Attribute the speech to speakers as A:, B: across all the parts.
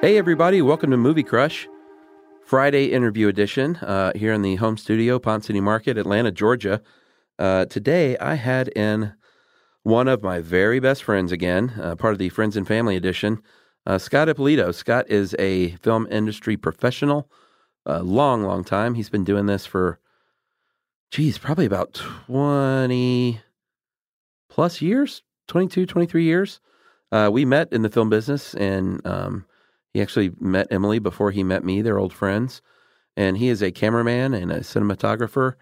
A: Hey, everybody, welcome to Movie Crush, Friday interview edition uh, here in the home studio, Pond City Market, Atlanta, Georgia. Uh, today, I had in one of my very best friends again, uh, part of the Friends and Family edition, uh, Scott Ippolito. Scott is a film industry professional, a long, long time. He's been doing this for, geez, probably about 20 plus years, 22, 23 years. Uh, we met in the film business and, um, he actually met Emily before he met me. They're old friends. And he is a cameraman and a cinematographer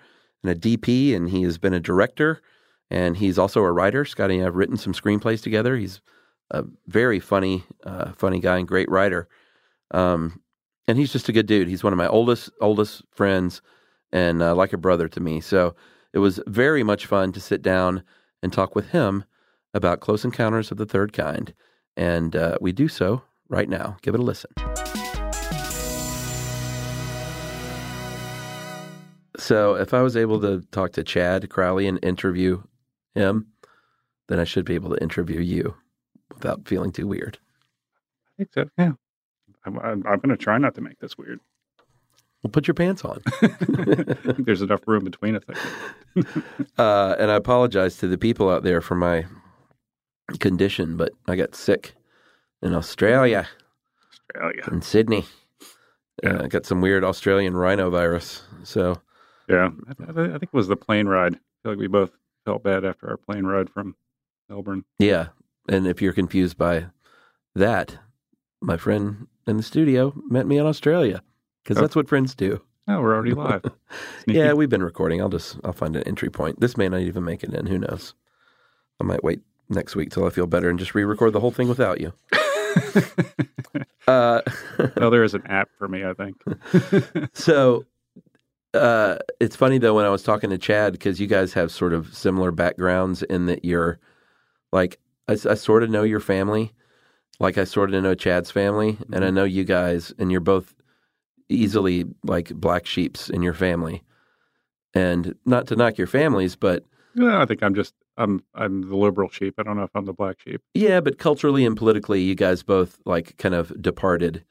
A: and a DP, and he has been a director. And he's also a writer. Scotty and I have written some screenplays together. He's a very funny, uh, funny guy and great writer. Um, and he's just a good dude. He's one of my oldest, oldest friends and uh, like a brother to me. So it was very much fun to sit down and talk with him about Close Encounters of the Third Kind. And uh, we do so right now. Give it a listen. So, if I was able to talk to Chad Crowley and interview him, then I should be able to interview you without feeling too weird.
B: I think so. Yeah. I'm, I'm, I'm going to try not to make this weird.
A: Well, put your pants on.
B: I think there's enough room between us. I think.
A: Uh, and I apologize to the people out there for my condition, but I got sick in Australia,
B: Australia.
A: in Sydney.
B: Yeah.
A: Uh, I got some weird Australian rhinovirus. So,
B: Yeah. I, I- I think it was the plane ride. I feel like we both felt bad after our plane ride from Melbourne.
A: yeah. And if you're confused by that, my friend in the studio met me in Australia because
B: Oh.
A: that's what friends do.
B: Oh, we're already live. Sneaky.
A: Yeah, we've been recording. I'll just I'll find an entry point. This may not even make it in. Who knows? I might wait next week till I feel better and just re-record the whole thing without you. uh,
B: oh, there is an app for me, I think.
A: so uh, it's funny though when I was talking to Chad because you guys have sort of similar backgrounds in that you're like I, sort of know your family, like I sort of know Chad's family, and
B: Mm-hmm.
A: I know you guys, and you're both easily like black sheeps in your family. And not to knock your families, but
B: No, I think I'm just I'm I'm the liberal sheep. I don't know if I'm the black sheep.
A: Yeah, but culturally and politically, you guys both like kind of departed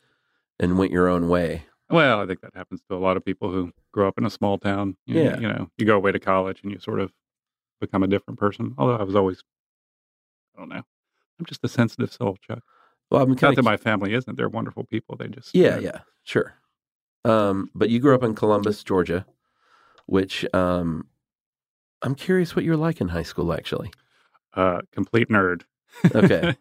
A: and went your own way.
B: Well, I think that happens to a lot of people who grow up in a small town. You,
A: Yeah.
B: You know, you go away to college and you sort of become a different person. Although I was always, I don't know. I'm just a sensitive soul, Chuck.
A: Well, I'm
B: Not
A: kind
B: that
A: of
B: my family isn't. They're wonderful people. They just.
A: Yeah,
B: you know,
A: yeah, sure. Um, but you grew up in Columbus, Georgia, which um, I'm curious what you were like in high school, actually.
B: Uh, complete nerd.
A: Okay.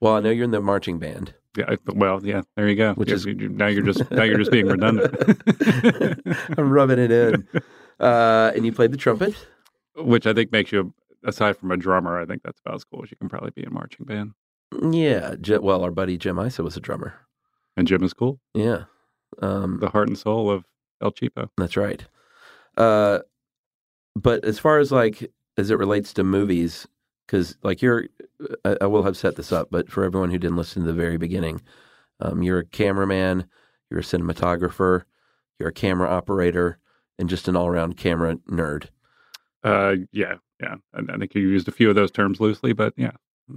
A: well, I know you're in the marching band.
B: Yeah, I- well, yeah. There you go.
A: Which
B: You're-
A: is-
B: you- now you're just now you're just being redundant.
A: I'm rubbing it in. Uh, and you played the trumpet.
B: Which I think makes you, aside from a drummer, I think that's about as cool as you can probably be in marching band.
A: Yeah. J- well, our buddy Jim Isa was a drummer.
B: And Jim is cool.
A: Yeah. Um,
B: The heart and soul of El Cheapo.
A: That's right. Uh, but as far as like as it relates to movies, because like you're, I, I will have set this up, but for everyone who didn't listen to the very beginning, um, you're a cameraman, you're a cinematographer, you're a camera operator, and just an all around camera nerd.
B: Uh, yeah, yeah. I, I think you used a few of those terms loosely, but yeah.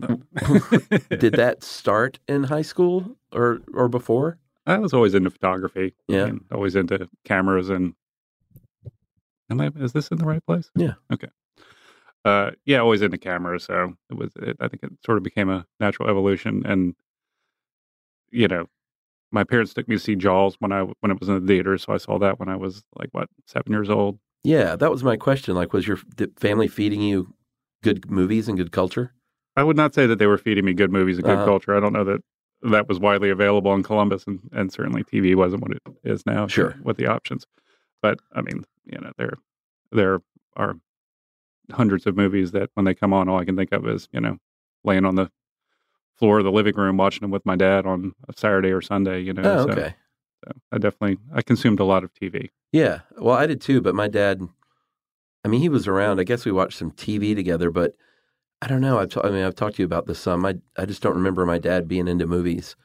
A: Did that start in high school or or before?
B: I was always into photography.
A: Yeah.
B: and always into cameras and. Am I? Is this in the right place?
A: Yeah.
B: Okay. Uh, yeah, always into cameras. So it was. It, I think it sort of became a natural evolution, and you know, my parents took me to see Jaws when I when it was in the theater, so I saw that when I was like what seven years old.
A: Yeah, that was my question. Like, was your f- family feeding you good movies and good culture?
B: I would not say that they were feeding me good movies and good
A: Uh-huh.
B: culture. I don't know that that was widely available in Columbus, and, and certainly TV wasn't what it is now.
A: Sure.
B: with the options, but I mean, you know, there there are hundreds of movies that when they come on, all I can think of is you know, laying on the floor of the living room watching them with my dad on a Saturday or Sunday. You know,
A: Oh,
B: so-
A: okay.
B: so I definitely I consumed a lot of TV.
A: Yeah. Well, I did too, but my dad, I mean, he was around. I guess we watched some TV together, but I don't know. I've t- I mean, I've talked to you about this some. I, I just don't remember my dad being into movies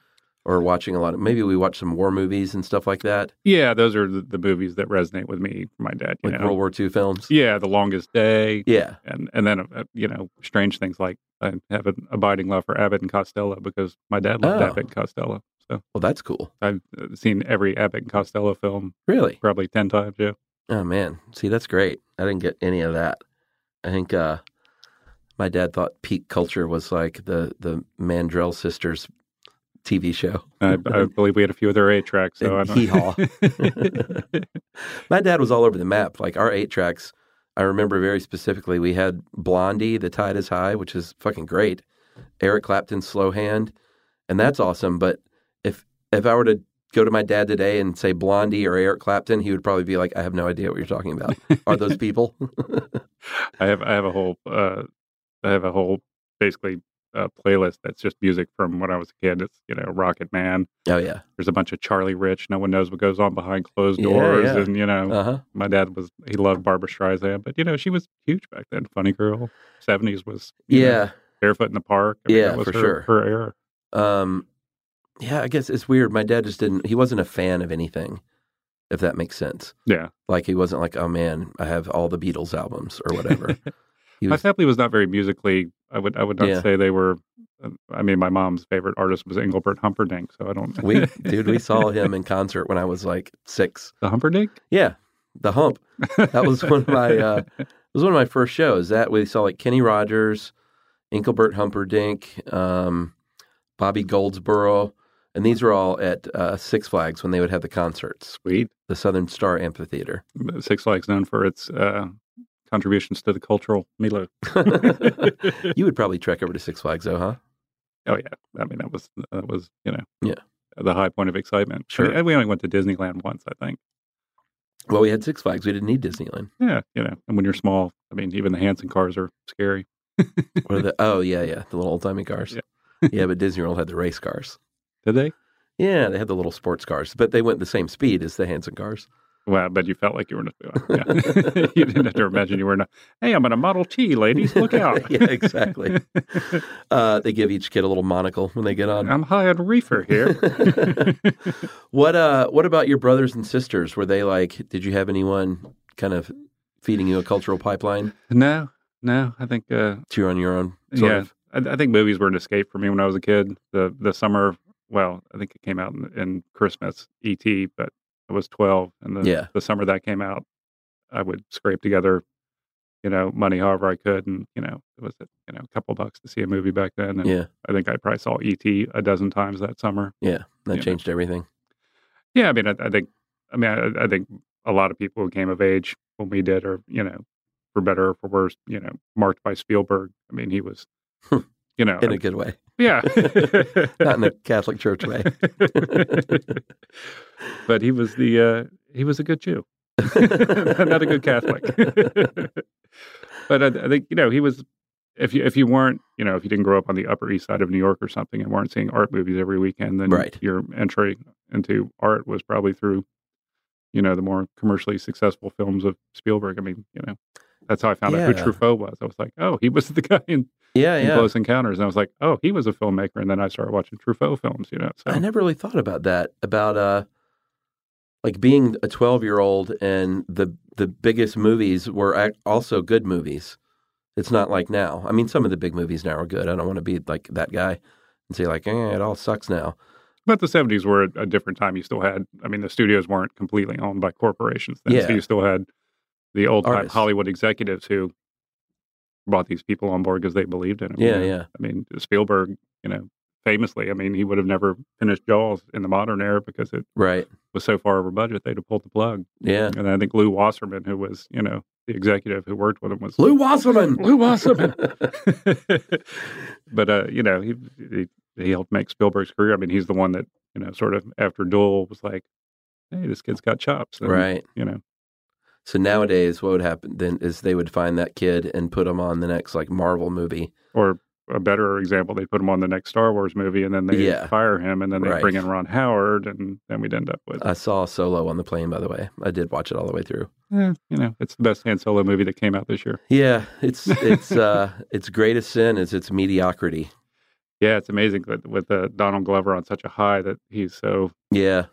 A: or watching a lot of, maybe we watched some war movies and stuff like that,
B: Yeah, those are the, the movies that resonate with me. from My dad, you
A: like
B: know,
A: World War II films.
B: yeah, The Longest Day,
A: Yeah.
B: and and then uh, you know strange things like I have an abiding love for Abbott and Costello because my dad loved
A: Oh.
B: Abbott and Costello. So
A: Well, that's cool.
B: I've uh, seen every Abbott and Costello film
A: Really?
B: probably ten times. Yeah,
A: Oh, man. See, that's great. I didn't get any of that. I think, uh, my dad thought peak culture was like the, the Mandrell sisters TV show.
B: I, I believe we had a few of their eight tracks. So I
A: And hee-haw.
B: don't.
A: My dad was all over the map. Like our eight tracks, I remember very specifically. We had Blondie, The Tide Is High, which is fucking great. Eric Clapton's Slow Hand, and that's awesome. But if if I were to go to my dad today and say Blondie or Eric Clapton, he would probably be like, "I have no idea what you're talking about. Are those people?" Oh,
B: I have I have a whole uh, I have a whole basically uh, playlist that's just music from when I was a kid. It's you know Rocket Man.
A: oh yeah,
B: There's a bunch of Charlie Rich. No one knows what goes on behind closed doors.
A: yeah.
B: And you know
A: uh huh.
B: my dad was he loved Barbara Streisand, but you know she was huge back then. Funny girl, seventies was you know,
A: Yeah,
B: barefoot in the park. I mean,
A: Yeah,
B: that was
A: for
B: her,
A: sure.
B: Her era.
A: um, yeah. I guess it's weird. My dad just didn't. He wasn't a fan of anything, if that makes sense.
B: Yeah,
A: Like he wasn't like, "Oh man, I have all the Beatles albums or whatever." He
B: my
A: was-
B: family was not very musically. I would I would not
A: Yeah.
B: say they were. um, I mean, my mom's favorite artist was Engelbert Humperdinck, so I don't.
A: We, dude, we saw him in concert when I was like six.
B: the Humperdinck.
A: Yeah, the Hump. That was one of my uh, it was one of my first shows. That we saw like Kenny Rogers, Engelbert Humperdinck, um, Bobby Goldsboro, and these were all at uh, Six Flags when they would have the concerts,
B: Sweet.
A: the Southern Star Amphitheater.
B: Six Flags known for its uh, contributions to the cultural milieu.
A: you would probably trek over to Six Flags, though, huh?
B: Oh yeah, I mean that was that was you know
A: Yeah.
B: the high point of excitement.
A: Sure.
B: And we only went to Disneyland once, I think.
A: Well, we had Six Flags. We didn't need Disneyland.
B: Yeah, you know, and when you're small, I mean, even the Hanson cars are scary.
A: Or the oh yeah yeah the little old timey cars. yeah, but Disney World had the race cars.
B: Did they?
A: Yeah, they had the little sports cars, but they went the same speed as the Hanson cars.
B: Well, but you felt like you were in a, yeah. you didn't have to imagine you were in a, hey, I'm in a Model T, ladies, look out.
A: yeah, exactly. uh, they give each kid a little monocle when they get on.
B: I'm high on reefer here.
A: What uh, what about your brothers and sisters? Were they like? Did you have anyone kind of feeding you a cultural pipeline?
B: no, no, I think, uh,
A: To you're on your own, sort
B: Yeah.
A: of.
B: I, I think movies were an escape for me when I was a kid. The the summer, well, I think it came out in, in Christmas, E.T., E but I was 12. And the,
A: Yeah.
B: the summer that came out, I would scrape together, you know, money however I could. And, you know, it was, you know, a couple bucks to see a movie back then. And
A: Yeah.
B: I think I probably saw E.T. a dozen times that summer.
A: That
B: Yeah.
A: changed everything.
B: Yeah. I mean, I, I think, I mean, I, I think a lot of people who came of age when we did are, you know, for better or for worse, you know, marked by Spielberg. I mean, he was, you know,
A: In a good way.
B: yeah.
A: Not in the Catholic Church way.
B: but he was the uh, he was a good Jew, not a good Catholic. but I, I think you know he was. If you if you weren't you know if you didn't grow up on the Upper East Side of New York or something and weren't seeing art movies every weekend, then
A: Right.
B: your entry into art was probably through you know the more commercially successful films of Spielberg. I mean, you know, that's how I found out
A: Yeah.
B: who Truffaut was. I was like, oh, he was the guy in
A: yeah,
B: in
A: yeah.
B: Close Encounters, and I was like, "Oh, he was a filmmaker." And then I started watching Truffaut films, you know. So
A: I never really thought about that. About uh, like being a twelve-year-old, and the the biggest movies were ac- also good movies. It's not like now. I mean, some of the big movies now are good. I don't want to be like that guy and say like, eh, it all sucks now.
B: but the seventies were a, a different time. You still had, I mean, the studios weren't completely owned by corporations then, so
A: Yeah.
B: you still had the old time
A: Artists.
B: Hollywood executives who brought these people on board because they believed in them.
A: Yeah,
B: you know?
A: yeah.
B: I mean, Spielberg, you know, famously, I mean, he would have never finished Jaws in the modern era because it
A: Right.
B: was so far over budget they'd have pulled the plug.
A: Yeah.
B: And I think Lou Wasserman, who was, you know, the executive who worked with him, was
A: Lou Wasserman.
B: Lou Wasserman. but uh, you know, he, he he helped make Spielberg's career. I mean, he's the one that you know, sort of after Duel was like, "Hey, this kid's got chops." And,
A: right.
B: You know,
A: So nowadays, what would happen then is they would find that kid and put him on the next like Marvel movie.
B: or a better example, they put him on the next Star Wars movie, and then they
A: Yeah.
B: fire him, and then they
A: Right. Uh
B: bring in Ron Howard, and then we'd end up with,
A: I saw Solo on the plane, by the way. I did watch it all the way through.
B: eh, you know, it's the best Han Solo movie that came out this year.
A: Yeah, it's it's uh, its greatest sin is its mediocrity.
B: Yeah, it's amazing that with uh, Donald Glover on such a high that he's so
A: Yeah,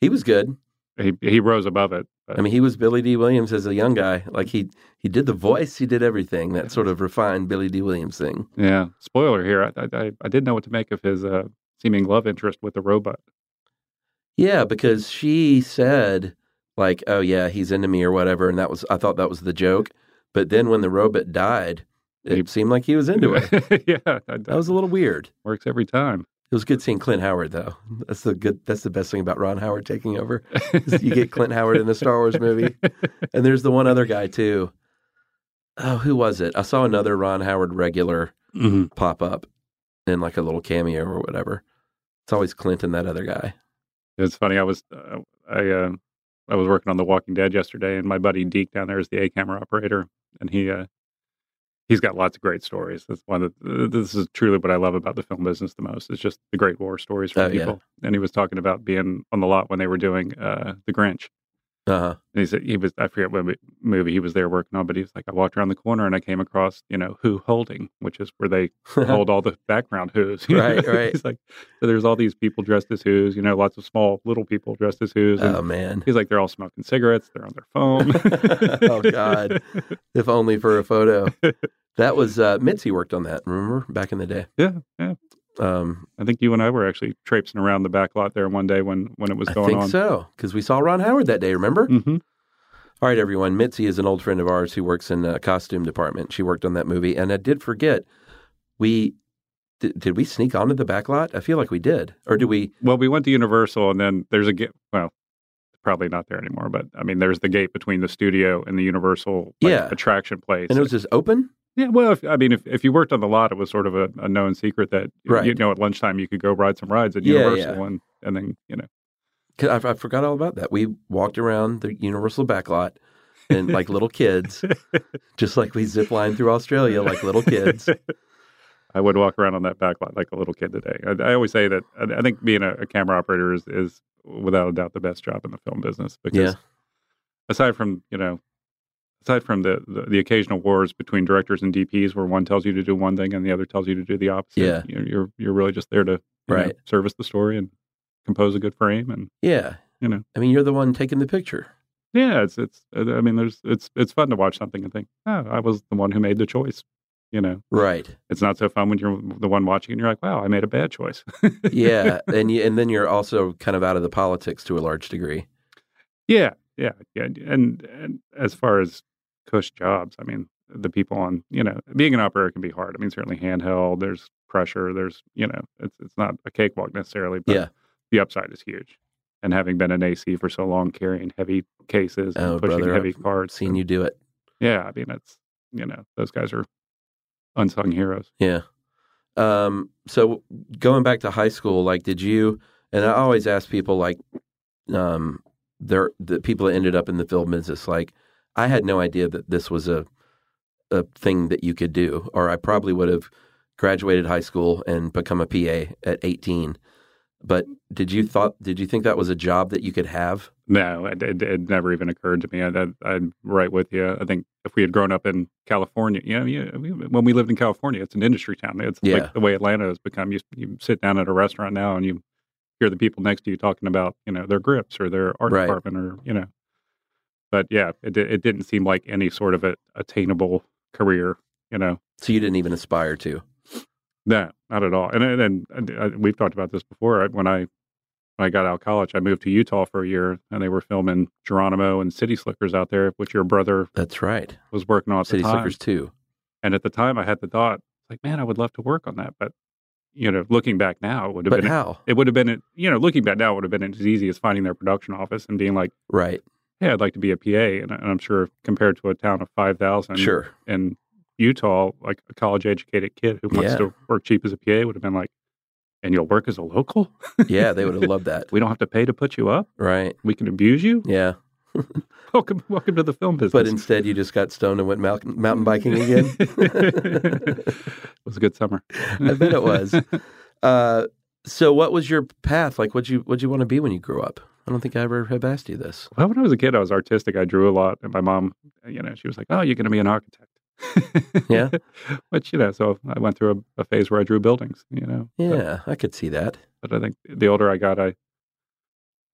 A: he was good.
B: he he rose above it. But,
A: I mean, he was Billy D. Williams as a young guy. Like he he did the voice, he did everything. That sort of refined Billy D. Williams thing.
B: Yeah. Spoiler here. I, I, I didn't know what to make of his uh, seeming love interest with the robot.
A: Yeah, because she said like, "Oh yeah, he's into me" or whatever, and that was I thought that was the joke. But then when the robot died, it
B: He-
A: seemed like he was into it.
B: yeah. That,
A: That was a little weird.
B: works every time.
A: It was good seeing Clint Howard though. That's the good. That's the best thing about Ron Howard taking over. is you get Clint Howard in the Star Wars movie, and there's the one other guy too. Oh, who was it? I saw another Ron Howard regular
B: Mhm.
A: pop up in like a little cameo or whatever. It's always Clint and that other guy.
B: It's funny. I was, uh, I, uh, I was working on The Walking Dead yesterday, and my buddy Deke down there is the A camera operator, and he, uh, he's got lots of great stories. That's one of the, this is truly what I love about the film business the most. It's just the great war stories from
A: Oh, yeah.
B: people. And he was talking about being on the lot when they were doing uh, The Grinch,
A: Uh huh.
B: And he said he was I forget what mo- movie he was there working on, but he was like, I walked around the corner and I came across, you know, Who Holding, which is where they hold all the background Who's. you know?
A: Right, right.
B: he's like, so there's all these people dressed as Who's, you know, lots of small little people dressed as Who's. And
A: Oh man.
B: he's like, they're all smoking cigarettes, they're on their phone.
A: Oh, God. If only for a photo. That was uh, Mitzi worked on that. Remember back in the day.
B: Yeah, yeah.
A: Um,
B: I think you and I were actually traipsing around the back lot there one day when when it was
A: I
B: going
A: think
B: on.
A: so because we saw Ron Howard that day. Remember?
B: hmm
A: All right, everyone. Mitzi is an old friend of ours who works in the costume department. She worked on that movie, and I did forget we did, did we sneak onto the back lot? I feel like we did, or did we?
B: Well, we went to Universal, and then there's a gate. Well, probably not there anymore, but I mean, there's the gate between the studio and the Universal like,
A: Yeah.
B: attraction place.
A: And it was just open.
B: yeah, well, if, I mean, if, if you worked on the lot, it was sort of a, a known secret that
A: Right.
B: you know at lunchtime you could go ride some rides at
A: Yeah,
B: Universal, and and then you know,
A: 'Cause I, I forgot all about that. We walked around the Universal back lot and like little kids, just like we ziplined through Australia like little kids.
B: I would walk around on that back lot like a little kid today. I, I always say that I, I think being a, a camera operator is is without a doubt the best job in the film business
A: Yeah.
B: because aside from you know aside from the, the the occasional wars between directors and DPs where one tells you to do one thing and the other tells you to do the opposite.
A: Yeah.
B: you're you're, you're really just there to you know,
A: Right.
B: service the story and compose a good frame and
A: Yeah,
B: You know.
A: I mean, you're the one taking the picture.
B: yeah, it's it's I mean there's it's it's fun to watch something and think oh I was the one who made the choice. You know,
A: Right.
B: it's not so fun when you're the one watching and you're like, wow, I made a bad choice.
A: Yeah, and you, and then you're also kind of out of the politics to a large degree.
B: Yeah, yeah, yeah. And, and as far as cush jobs, I mean, the people on, you know, being an operator can be hard. I mean, certainly handheld, there's pressure, there's, you know, it's, it's not a cakewalk necessarily, but
A: Yeah.
B: the upside is huge. And having been an AC for so long, carrying heavy cases and
A: Oh,
B: pushing
A: brother,
B: heavy
A: I've
B: carts,
A: Seen
B: and-
A: you do it.
B: Yeah, I mean, it's you know, those guys are unsung heroes.
A: Yeah. Um, so going back to high school, like, did you? And I always ask people, like, um, their the people that ended up in the film business, like, I had no idea that this was a a thing that you could do, or I probably would have graduated high school and become a PA at eighteen. But did you thought did you think that was a job that you could have?
B: No, it, it, it never even occurred to me. I, I, I'm right with you. I think if we had grown up in California, you know, yeah, we, when we lived in California, it's an industry town. It's
A: Yeah.
B: like the way Atlanta has become. You, you sit down at a restaurant now and you hear the people next to you talking about, you know, their grips or their art
A: Right.
B: department or, you know. But yeah, it, di- it didn't seem like any sort of a attainable career, you know.
A: So you didn't even aspire to.
B: No, not at all. And and, and, uh, we've talked about this before. I- When I when I got out of college, I moved to Utah for a year, and they were filming Geronimo and City Slickers out there, which your brother
A: That's right.
B: was working on at
A: City
B: the time.
A: Slickers too.
B: And at the time, I had the thought, like, man, I would love to work on that. But you know, looking back now, it would have
A: But
B: been
A: how?
B: it would have been you know, looking back now, it would have been as easy as finding their production office and being like,
A: Right.
B: hey, I'd like to be a PA, and, and I'm sure compared to a town of five thousand,
A: Sure.
B: in Utah, like a college educated kid who wants
A: Yeah.
B: to work cheap as a PA would have been like, and you'll work as a local?
A: Yeah, they would have loved that.
B: We don't have to pay to put you up.
A: Right.
B: We can abuse you.
A: Yeah.
B: Welcome, welcome to the film business.
A: But instead, you just got stoned and went mountain, mountain biking again.
B: it was a good summer.
A: I bet it was. Uh, so, what was your path? Like, what you what you want to be when you grew up? I don't think I ever have asked you this.
B: Well, when I was a kid, I was artistic. I drew a lot, and my mom, you know, she was like, "Oh, you're going to be an architect."
A: Yeah.
B: Which you know, so I went through a, a phase where I drew buildings. You know. But-
A: Yeah, I could see that.
B: but I think the older I got, I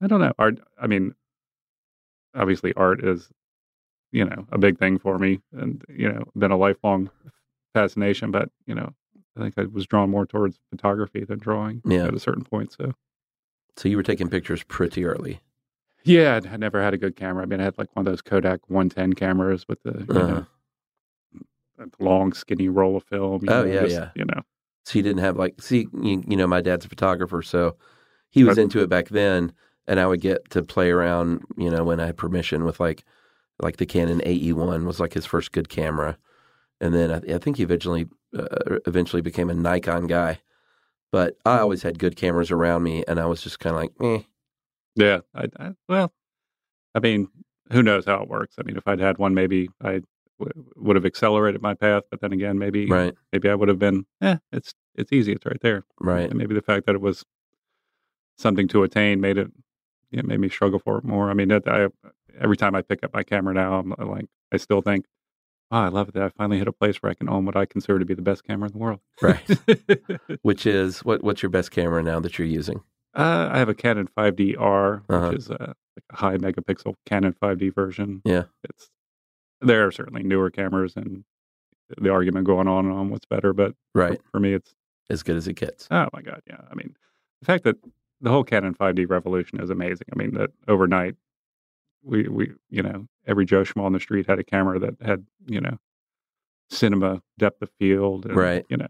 B: I don't know. Art, I mean, obviously, art is you know a big thing for me, and you know, been a lifelong fascination. But you know, I think I was drawn more towards photography than drawing
A: Yeah.
B: at a certain point. So
A: So you were taking pictures pretty early.
B: yeah, I'd- I never had a good camera. I mean, I had like one of those Kodak 110 cameras with the you
A: Uh-huh.
B: know the long skinny roll of film. you
A: Oh,
B: know,
A: yeah, yeah.
B: you know,
A: So you didn't have like see you, you know my dad's a photographer, so he was
B: But-
A: into it back then, and I would get to play around. You know, when I had permission with like like the Canon AE one was like his first good camera, and then I, I think he eventually uh, eventually became a Nikon guy. But I always had good cameras around me, and I was just kind of like, eh,
B: Yeah. I, I, well, I mean, who knows how it works? I mean, if I'd had one, maybe I w- would have accelerated my path. But then again, maybe
A: right,
B: maybe I would have been. Eh, it's it's easy. It's right there.
A: right.
B: And maybe the fact that it was something to attain made it. It made me struggle for it more. I mean, that I, every time I pick up my camera now, I'm uh, like, I still think, "Wow, I love that! I finally hit a place where I can own what I consider to be the best camera in the world."
A: Right.
B: uh,
A: Which is what? What's your best camera now that you're using?
B: Uh, I have a Canon 5DR,
A: Uh-huh.
B: which is a, like a high megapixel Canon 5D version.
A: Yeah.
B: it's there are certainly newer cameras, and the argument going on and on what's better. But for-
A: Right,
B: for me, it's
A: as good as it gets.
B: Oh my god, yeah. I mean, the fact that the whole Canon 5D revolution is amazing. I mean, that overnight, we we you know every Joe Schmo on the street had a camera that had you know cinema depth of field, and,
A: Right.
B: You know,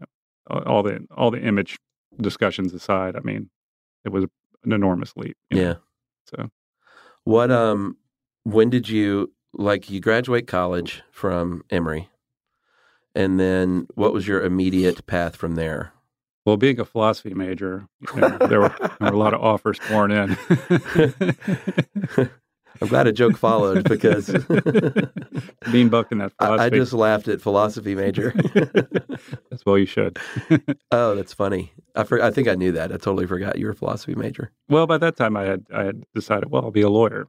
B: all- all the all the image discussions aside, I mean, it was an enormous leap. you know?
A: Yeah.
B: So
A: What um when did you like you graduate college from Emory? And then what was your immediate path from there?
B: well, being a philosophy major, you know, there were there were a lot of offers pouring in.
A: I'm glad a joke followed because
B: Dean Buck in that
A: I,
B: philosophy.
A: I just laughed at philosophy major.
B: That's well, you should.
A: oh, that's funny. I for, I think I knew that. I totally forgot you were a philosophy major.
B: Well, by that time, I had I had decided. Well, I'll be a lawyer.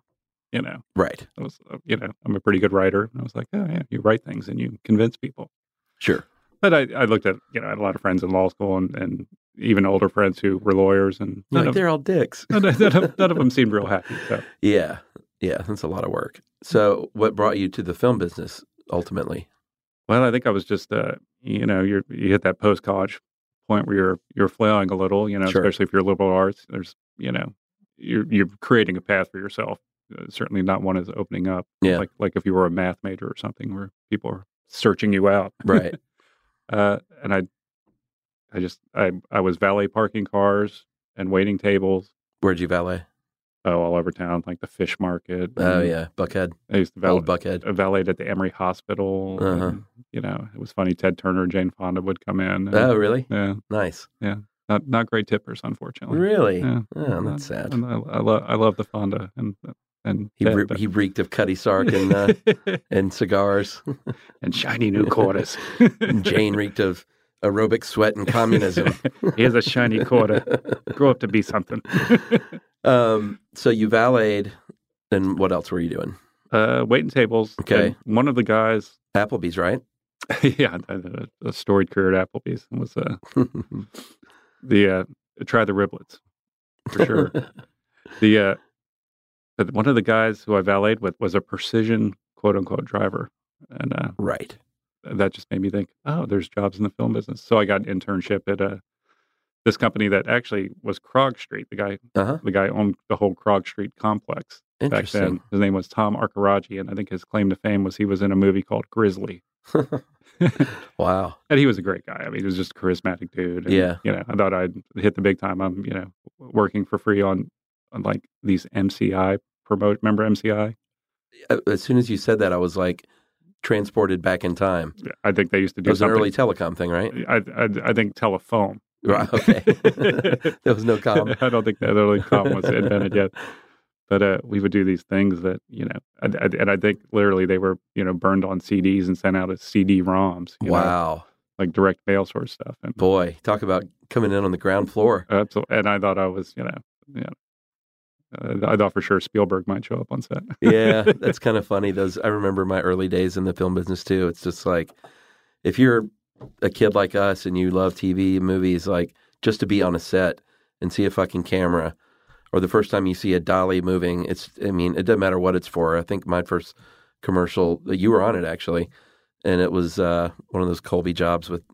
B: You know,
A: Right.
B: I was uh, you know I'm a pretty good writer. And I was like, oh yeah, you write things and you convince people.
A: Sure.
B: But I, I looked at you know I had a lot of friends in law school and, and even older friends who were lawyers and
A: Like
B: none, of,
A: they're all dicks.
B: none, of, none, of, none of them seemed real happy. So
A: Yeah. Yeah, that's a lot of work. So, what brought you to the film business ultimately?
B: well, I think I was just uh you know you you hit that post college point where you're you're flailing a little. You know,
A: Sure.
B: especially if you're liberal arts. There's you know you're you're creating a path for yourself uh, certainly not one is opening up.
A: Yeah.
B: Like like if you were a math major or something where people are searching you out.
A: Right.
B: Uh, and I, I just I I was valet parking cars and waiting tables.
A: Where'd you valet?
B: Oh, all over town, like the fish market.
A: Oh
B: and
A: yeah, Buckhead,
B: I used to valet,
A: old Buckhead.
B: I valeted at the Emory Hospital.
A: Uh-huh.
B: and, you know, it was funny. Ted Turner, Jane Fonda would come in. and-
A: Oh really?
B: yeah,
A: Nice.
B: not not great tippers, unfortunately.
A: Really?
B: Yeah.
A: Oh, that's sad.
B: And I, I love I love the Fonda and and
A: He
B: Ted,
A: re-
B: but-
A: he reeked of Cutty Sark and uh, and cigars.
B: and shiny new quarters.
A: And Jane reeked of aerobic sweat and communism.
B: Here's a shiny quarter. Grow up to be something.
A: um, so you valeted, and what else were you doing?
B: uh, waiting tables.
A: Okay.
B: And one of the guys,
A: Applebee's, right?
B: yeah, I had a, a storied career at Applebee's and was uh, the uh, try the riblets for sure. the uh, but one of the guys who I valeted with was a precision quote unquote driver, and uh,
A: right.
B: that just made me think, oh, there's jobs in the film business. So I got an internship at uh, this company that actually was Krog Street. The guy,
A: Uh huh.
B: the guy owned the whole Krog Street complex back then.
A: Interesting.
B: His name was Tom Arcaraji, and I think his claim to fame was he was in a movie called Grizzly.
A: wow.
B: And he was a great guy. I mean, he was just a charismatic dude. And,
A: Yeah.
B: You know, I thought I'd hit the big time. I'm, you know, working for free on, on like these MCI promote. Remember MCI?
A: A- As soon as you said that, I was like transported back in time.
B: I think they used to
A: It
B: do
A: was an
B: something.
A: early telecom thing, right?
B: I, I I think telephone.
A: Right. Okay. there was no com.
B: I don't think that early com was invented yet. But uh, we would do these things that you know, I, I, and I think literally they were you know burned on CDs and sent out as CD-ROMs. you know,
A: Wow.
B: like direct mail sort of stuff. And
A: Boy, talk about coming in on the ground floor.
B: absolutely, Uh, and I thought I was you know, you know, uh, I thought for sure Spielberg might show up on set.
A: yeah, that's kind of funny. Those I remember my early days in the film business too. It's just like if you're a kid like us and you love TV and movies, like just to be on a set and see a fucking camera, or the first time you see a dolly moving, it's I mean it doesn't matter what it's for. I think my first commercial uh, you were on it actually, and it was uh, one of those Colby jobs with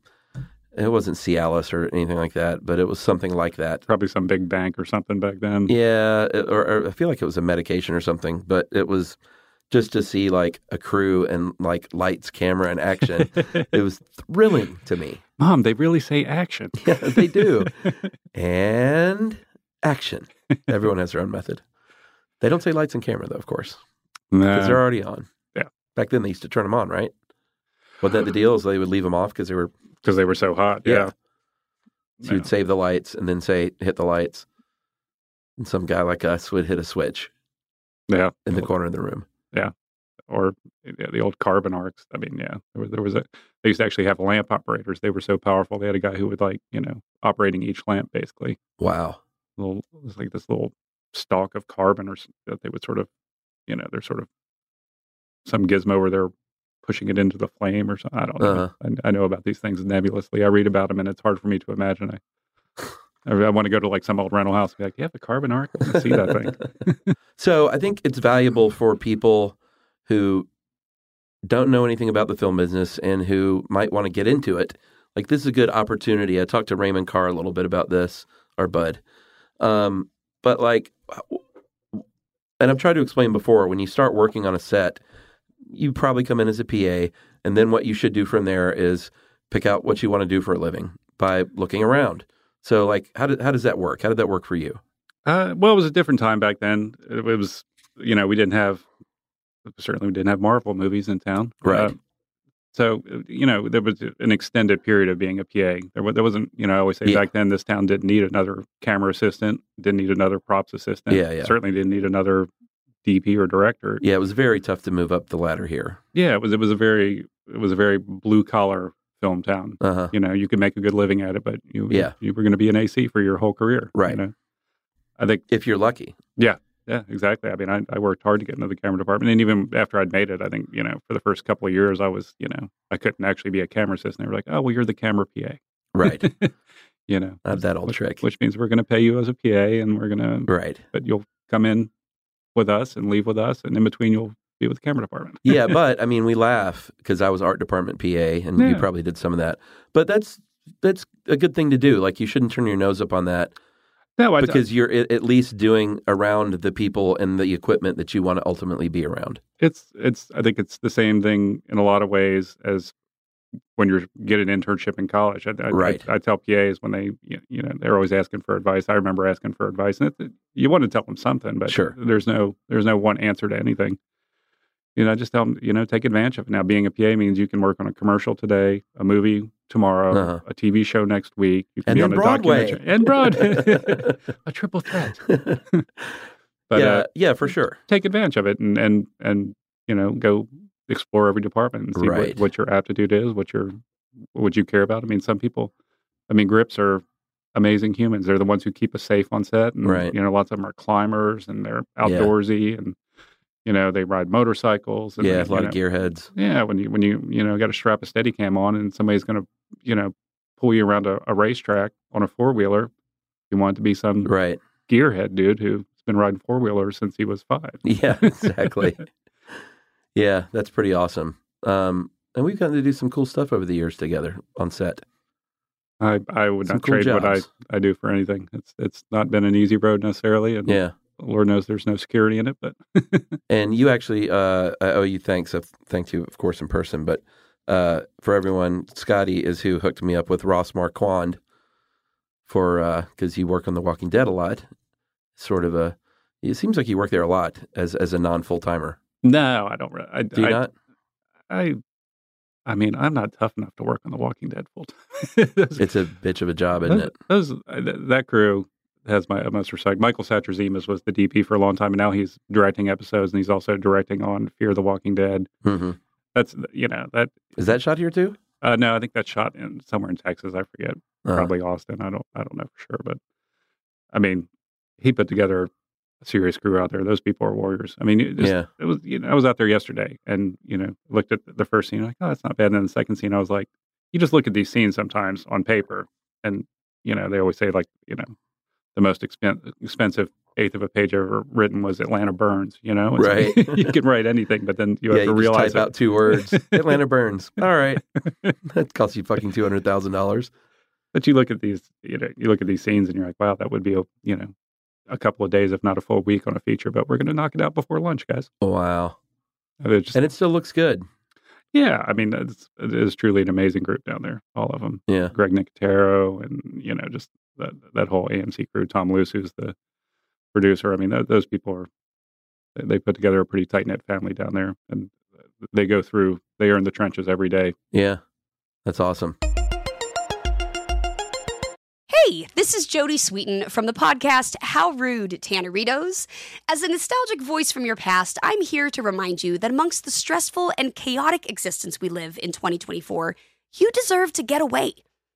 A: it wasn't Cialis or anything like that, but it was something like that.
B: Probably some big bank or something back then.
A: Yeah, it- or, or I feel like it was a medication or something, but it was just to see like a crew and like lights, camera, and action. it was thrilling to me.
B: Mom, they really say action.
A: Yeah, they do. and action. Everyone has their own method. They don't say lights and camera though, of course, because
B: Nah.
A: they're already on.
B: Uh, Yeah.
A: Back then they used to turn them on, right? But that the deal is they would leave them off because they were.
B: because they were so hot.
A: Yeah.
B: Yeah.
A: So you'd save the lights and then say hit the lights, and some guy like us would hit a switch
B: Yeah.
A: in the corner of the room.
B: Or yeah, the old carbon arcs. I mean, yeah, there was, there was a, they used to actually have lamp operators. They were so powerful. They had a guy who would like, you know, operating each lamp basically.
A: Wow.
B: Little, it was like this little stalk of carbon or s- that they would sort of, you know, they're sort of some gizmo where they're pushing it into the flame or something. I don't know. I, I know about these things nebulously. I read about them and it's hard for me to imagine. I, I, I want to go to like some old rental house and be like, yeah, the carbon arc. I wanna see that thing.
A: So I think it's valuable for people who don't know anything about the film business and who might want to get into it. Like this is a good opportunity. I talked to Raymond Carr a little bit about this, our bud. Um, but like, uh, and I've tried to explain before. When you start working on a set, you probably come in as a PA, and then what you should do from there is pick out what you want to do for a living by looking around. So like, how did how does that work? How did that work for you?
B: Uh, well, it was a different time back then. It, it was, you know, we didn't have certainly we didn't have Marvel movies in town,
A: Right.
B: Uh, so uh, you know, there was an extended period of being a PA. There, wa- there wasn't, you know, I always say
A: Yeah.
B: back then this town didn't need another camera assistant, didn't need another props assistant,
A: Yeah, yeah.
B: certainly didn't need another DP or director.
A: Yeah, it was very tough to move up the ladder here.
B: Yeah, it was it was a very it was a very blue collar film town.
A: Uh huh.
B: you know you could make a good living at it but you
A: Yeah.
B: you were going to be an ac for your whole career
A: Right.
B: you know? i think
A: If you're lucky.
B: yeah exactly i mean I, I worked hard to get into the camera department and even after i'd made it i think you know for the first couple of years i was you know i couldn't actually be a camera assistant they were like oh well you're the camera pa
A: Right.
B: you know
A: Not that old
B: which,
A: trick.
B: which means we're going to pay you as a pa and we're going to
A: right.
B: but you'll come in with us and leave with us and in between you'll be with the camera department
A: Yeah, but I mean, we laugh because I was art department PA, and you
B: Yeah.
A: probably did some of that. But that's that's a good thing to do. Like you shouldn't turn your nose up on that.
B: No, I,
A: because you're a- at least doing around the people and the equipment that you want to ultimately be around.
B: it's it's I think it's the same thing in a lot of ways as when you get an internship in college. I, I,
A: Right.
B: I, I tell PAs when they you you know they're always asking for advice. I remember asking for advice, and it, you want to tell them something, but
A: Sure.
B: there's no there's no one answer to anything. You know, I just tell them you know take advantage of it. Now, being a PA means you can work on a commercial today, a movie tomorrow,
A: Uh-huh.
B: a TV show next week, you can
A: And
B: be
A: then
B: on a
A: Broadway.
B: documentary- and Broadway, a triple threat. But
A: yeah,
B: uh,
A: yeah, for sure.
B: take advantage of it and and and you know go explore every department and see
A: Right.
B: what, what your aptitude is what your what you care about i mean some people i mean grips are amazing humans they're the ones who keep us safe on set and
A: Right.
B: you know lots of them are climbers and they're
A: Yeah.
B: outdoorsy and you know they ride motorcycles and
A: Yeah,
B: you
A: a lot
B: know,
A: of gearheads.
B: yeah when you when you you know got to strap a steady cam on and somebody's going to you know pull you around a, a racetrack on a four-wheeler you want it to be some
A: Right.
B: gearhead dude who's been riding four-wheelers since he was five
A: Yeah, exactly. yeah, that's pretty awesome. Um, and we've gotten to do some cool stuff over the years together on set.
B: I, I would
A: Some
B: not
A: cool
B: trade what I,
A: jobs.
B: I do for anything. It's it's not been an easy road necessarily, and
A: Yeah.
B: Lord knows there's no security in it. But
A: And you actually, uh, I owe you thanks. I've thanked you, of course, in person, but uh, for everyone, Scotty is who hooked me up with Ross Marquand for uh, because you work on The Walking Dead a lot. Sort of a, it seems like you work there a lot as as a non full timer.
B: no, I don't. re- I,
A: Do you
B: I,
A: not?
B: I, I mean, I'm not tough enough to work on The Walking Dead full time. Those-
A: It's a bitch of a job, isn't it?
B: those, those- that crew has my utmost respect. Michael Satrazimas was the DP for a long time, and now he's directing episodes, and he's also directing on Fear the Walking Dead.
A: hmm
B: That's you know that.
A: Is that shot here too?
B: Uh, no, I think that's shot in somewhere in Texas. I forget.
A: Uh,
B: probably Austin. I don't I don't know for sure, but I mean, he put together a serious crew out there. Those people are warriors. I mean, it, just,
A: Yeah.
B: it was you know I was out there yesterday and you know looked at the first scene like oh that's not bad. And then the second scene I was like you just look at these scenes sometimes on paper and you know they always say like you know the most expen- expensive eighth of a page ever written was Atlanta Burns. You know, And so
A: Right.
B: you can write anything, but then you
A: yeah,
B: have to
A: you just type
B: realize that-
A: out two words. Atlanta burns. All right, that costs you fucking two hundred thousand dollars.
B: But you look at these, you know, you look at these scenes and you're like, wow, that would be a, you know, a couple of days, if not a full week on a feature, but we're going to knock it out before lunch, guys.
A: Wow,
B: And it's just-
A: and it still looks good.
B: yeah. I mean, it's, it is truly an amazing group down there, all of them.
A: Yeah.
B: Greg Nicotero and, you know, just that, that whole AMC crew, Tom Luce, who's the producer. I mean, tho- those people are, they, they put together a pretty tight knit family down there and they go through, they are in the trenches every day.
A: Yeah, that's awesome.
C: Hey, this is Jody Sweeten from the podcast How Rude Tanneritos. As a nostalgic voice from your past, I'm here to remind you that amongst the stressful and chaotic existence we live in 2024, you deserve to get away.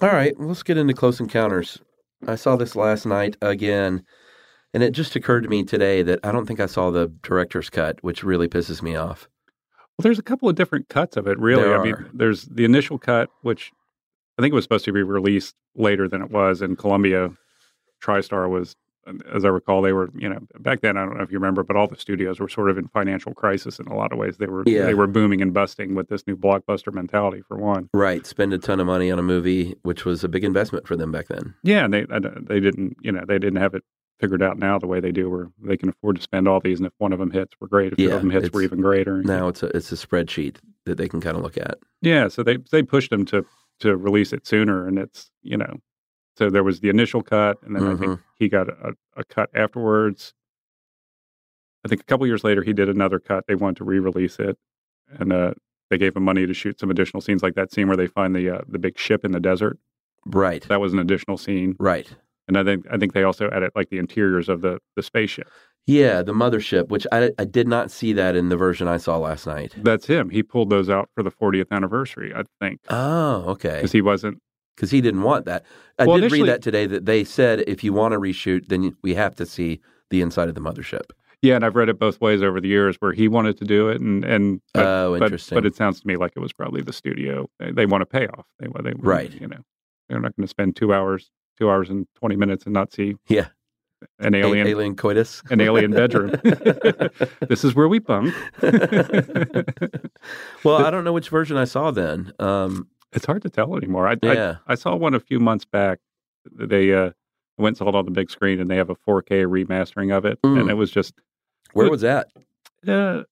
A: All right, let's get into Close Encounters. I saw this last night again, and it just occurred to me today that I don't think I saw the director's cut, which really pisses me off.
B: Well, there's a couple of different cuts of it, really.
A: There
B: I mean,
A: are.
B: there's the initial cut, which I think it was supposed to be released later than it was in Columbia. TriStar was, as I recall, they were, you know, back then. I don't know if you remember, but all the studios were sort of in financial crisis in a lot of ways. They were
A: Yeah.
B: they were booming and busting with this new blockbuster mentality, for one.
A: Right, spend a ton of money on a movie, which was a big investment for them back then.
B: Yeah, and they I don't- they didn't, you know, they didn't have it figured out now the way they do, where they can afford to spend all these, and if one of them hits, we're great. If two
A: Yeah,
B: of them hits, we're
A: it's-
B: even greater.
A: Now it's a it's a spreadsheet that they can kind of look at.
B: Yeah, so they they pushed them to to release it sooner, and it's you know, so there was the initial cut, and then I think he got a, a cut afterwards. I think a couple years later, he did another cut. They wanted to re-release it, and uh, they gave him money to shoot some additional scenes, like that scene where they find the uh, the big ship in the desert.
A: Right,
B: That was an additional scene,
A: right.
B: and I think I think they also added like the interiors of the the spaceship.
A: Yeah, the mothership, which I I did not see that in the version I saw last night.
B: That's him. He pulled those out for the 40th anniversary, I think,
A: Oh, okay.
B: because he wasn't.
A: Because he didn't want that. I
B: Well,
A: did read
B: initially-
A: that today that they said if you want to reshoot, then we have to see the inside of the mothership.
B: Yeah, and I've read it both ways over the years, where he wanted to do it, and and but-
A: oh,
B: but,
A: interesting.
B: But it sounds to me like it was probably the studio. eh, They, they want a payoff. They, they
A: Right.
B: You know, they're not going to spend two hours, two hours and twenty minutes and not see
A: yeah,
B: an
A: A-
B: alien,
A: alien coitus,
B: an alien bedroom. this is where we bunk.
A: well, I don't know which version I saw then. Um,
B: it's hard to tell anymore. I,
A: Yeah.
B: I I saw one a few months back. They uh, went and saw it on the big screen, and they have a 4K remastering of it,
A: Mm.
B: and it was just
A: where
B: Look-
A: was that?
B: uh,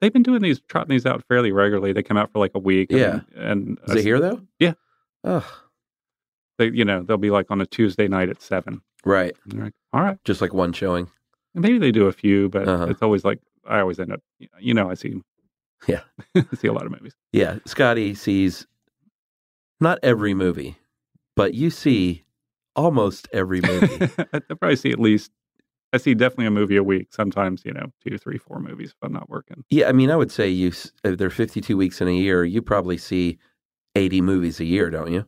B: they've been doing these trotting these out fairly regularly. They come out for like a week. and-
A: Yeah.
B: and
A: Is it here though?
B: Yeah.
A: Oh,
B: They, you know, they'll be like on a Tuesday night at seven.
A: right.
B: And they're like, all right,
A: Just like one showing.
B: And maybe they do a few, but
A: Uh-huh.
B: it's always like I always end up. You know, I see.
A: Yeah.
B: I see a lot of movies.
A: Yeah, Scotty sees not every movie, but you see almost every movie.
B: I I probably see at least. I see definitely a movie a week. Sometimes you know two, three, four movies if I'm not working.
A: Yeah, I mean, I would say you s- if there are 52 weeks in a year, you probably see 80 movies a year, don't you?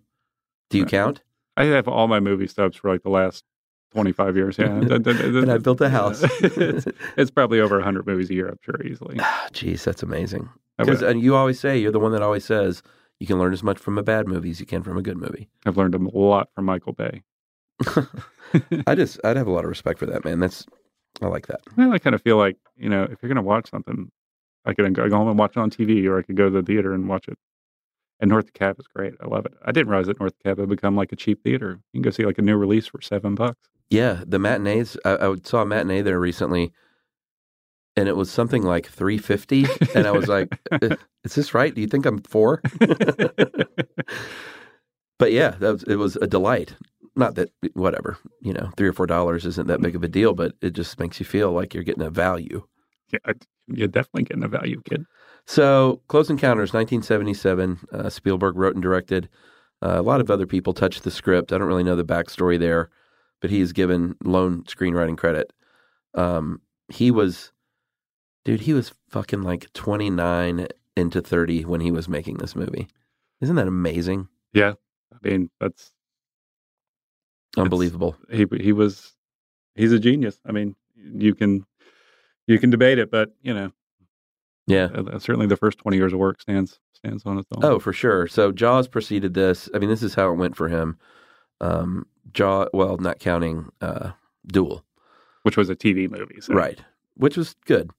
A: Do you
B: Right.
A: count?
B: I have all my movie stubs for like the last twenty five years. Yeah,
A: And I built a house.
B: it's, it's probably over hundred movies a year. I'm sure easily.
A: Ah, Jeez, that's amazing.
B: I
A: Because
B: would,
A: and you always say you're the one that always says you can learn as much from a bad movie as you can from a good movie.
B: I've learned a lot from Michael Bay.
A: I just I'd have a lot of respect for that man. That's I like that.
B: Well, I kind of feel like you know, if you're going to watch something, I could go go home and watch it on TV, or I could go to the theater and watch it. And North the Cab is great. I love it. I didn't realize that North the Cab had become like a cheap theater. You can go see like a new release for seven bucks.
A: Yeah, the matinees. I, I saw a matinee there recently, and it was something like 350, and I was like, "Eh, "Is this right? Do you think I'm four? But yeah, that was, it was a delight. Not that whatever you know, three or four dollars isn't that big of a deal, but it just makes you feel like you're getting a value.
B: yeah, I- you're definitely getting a value, kid.
A: So, Close Encounters, 1977. Uh, Spielberg wrote and directed. Uh, a lot of other people touched the script. I don't really know the backstory there, but he is given lone screenwriting credit. Um, he was, dude, he was fucking like 29 into 30 when he was making this movie. Isn't that amazing?
B: Yeah, I mean that's
A: Unbelievable.
B: he. He was he's a genius. I mean, you can you can debate it, but you know,
A: yeah.
B: uh, certainly the first twenty years of work stands stands on its own.
A: Oh, for sure. So Jaws preceded this. I mean, this is how it went for him. Um, Jaw, well, not counting uh, Duel,
B: which was a TV movie, so.
A: right? Which was good.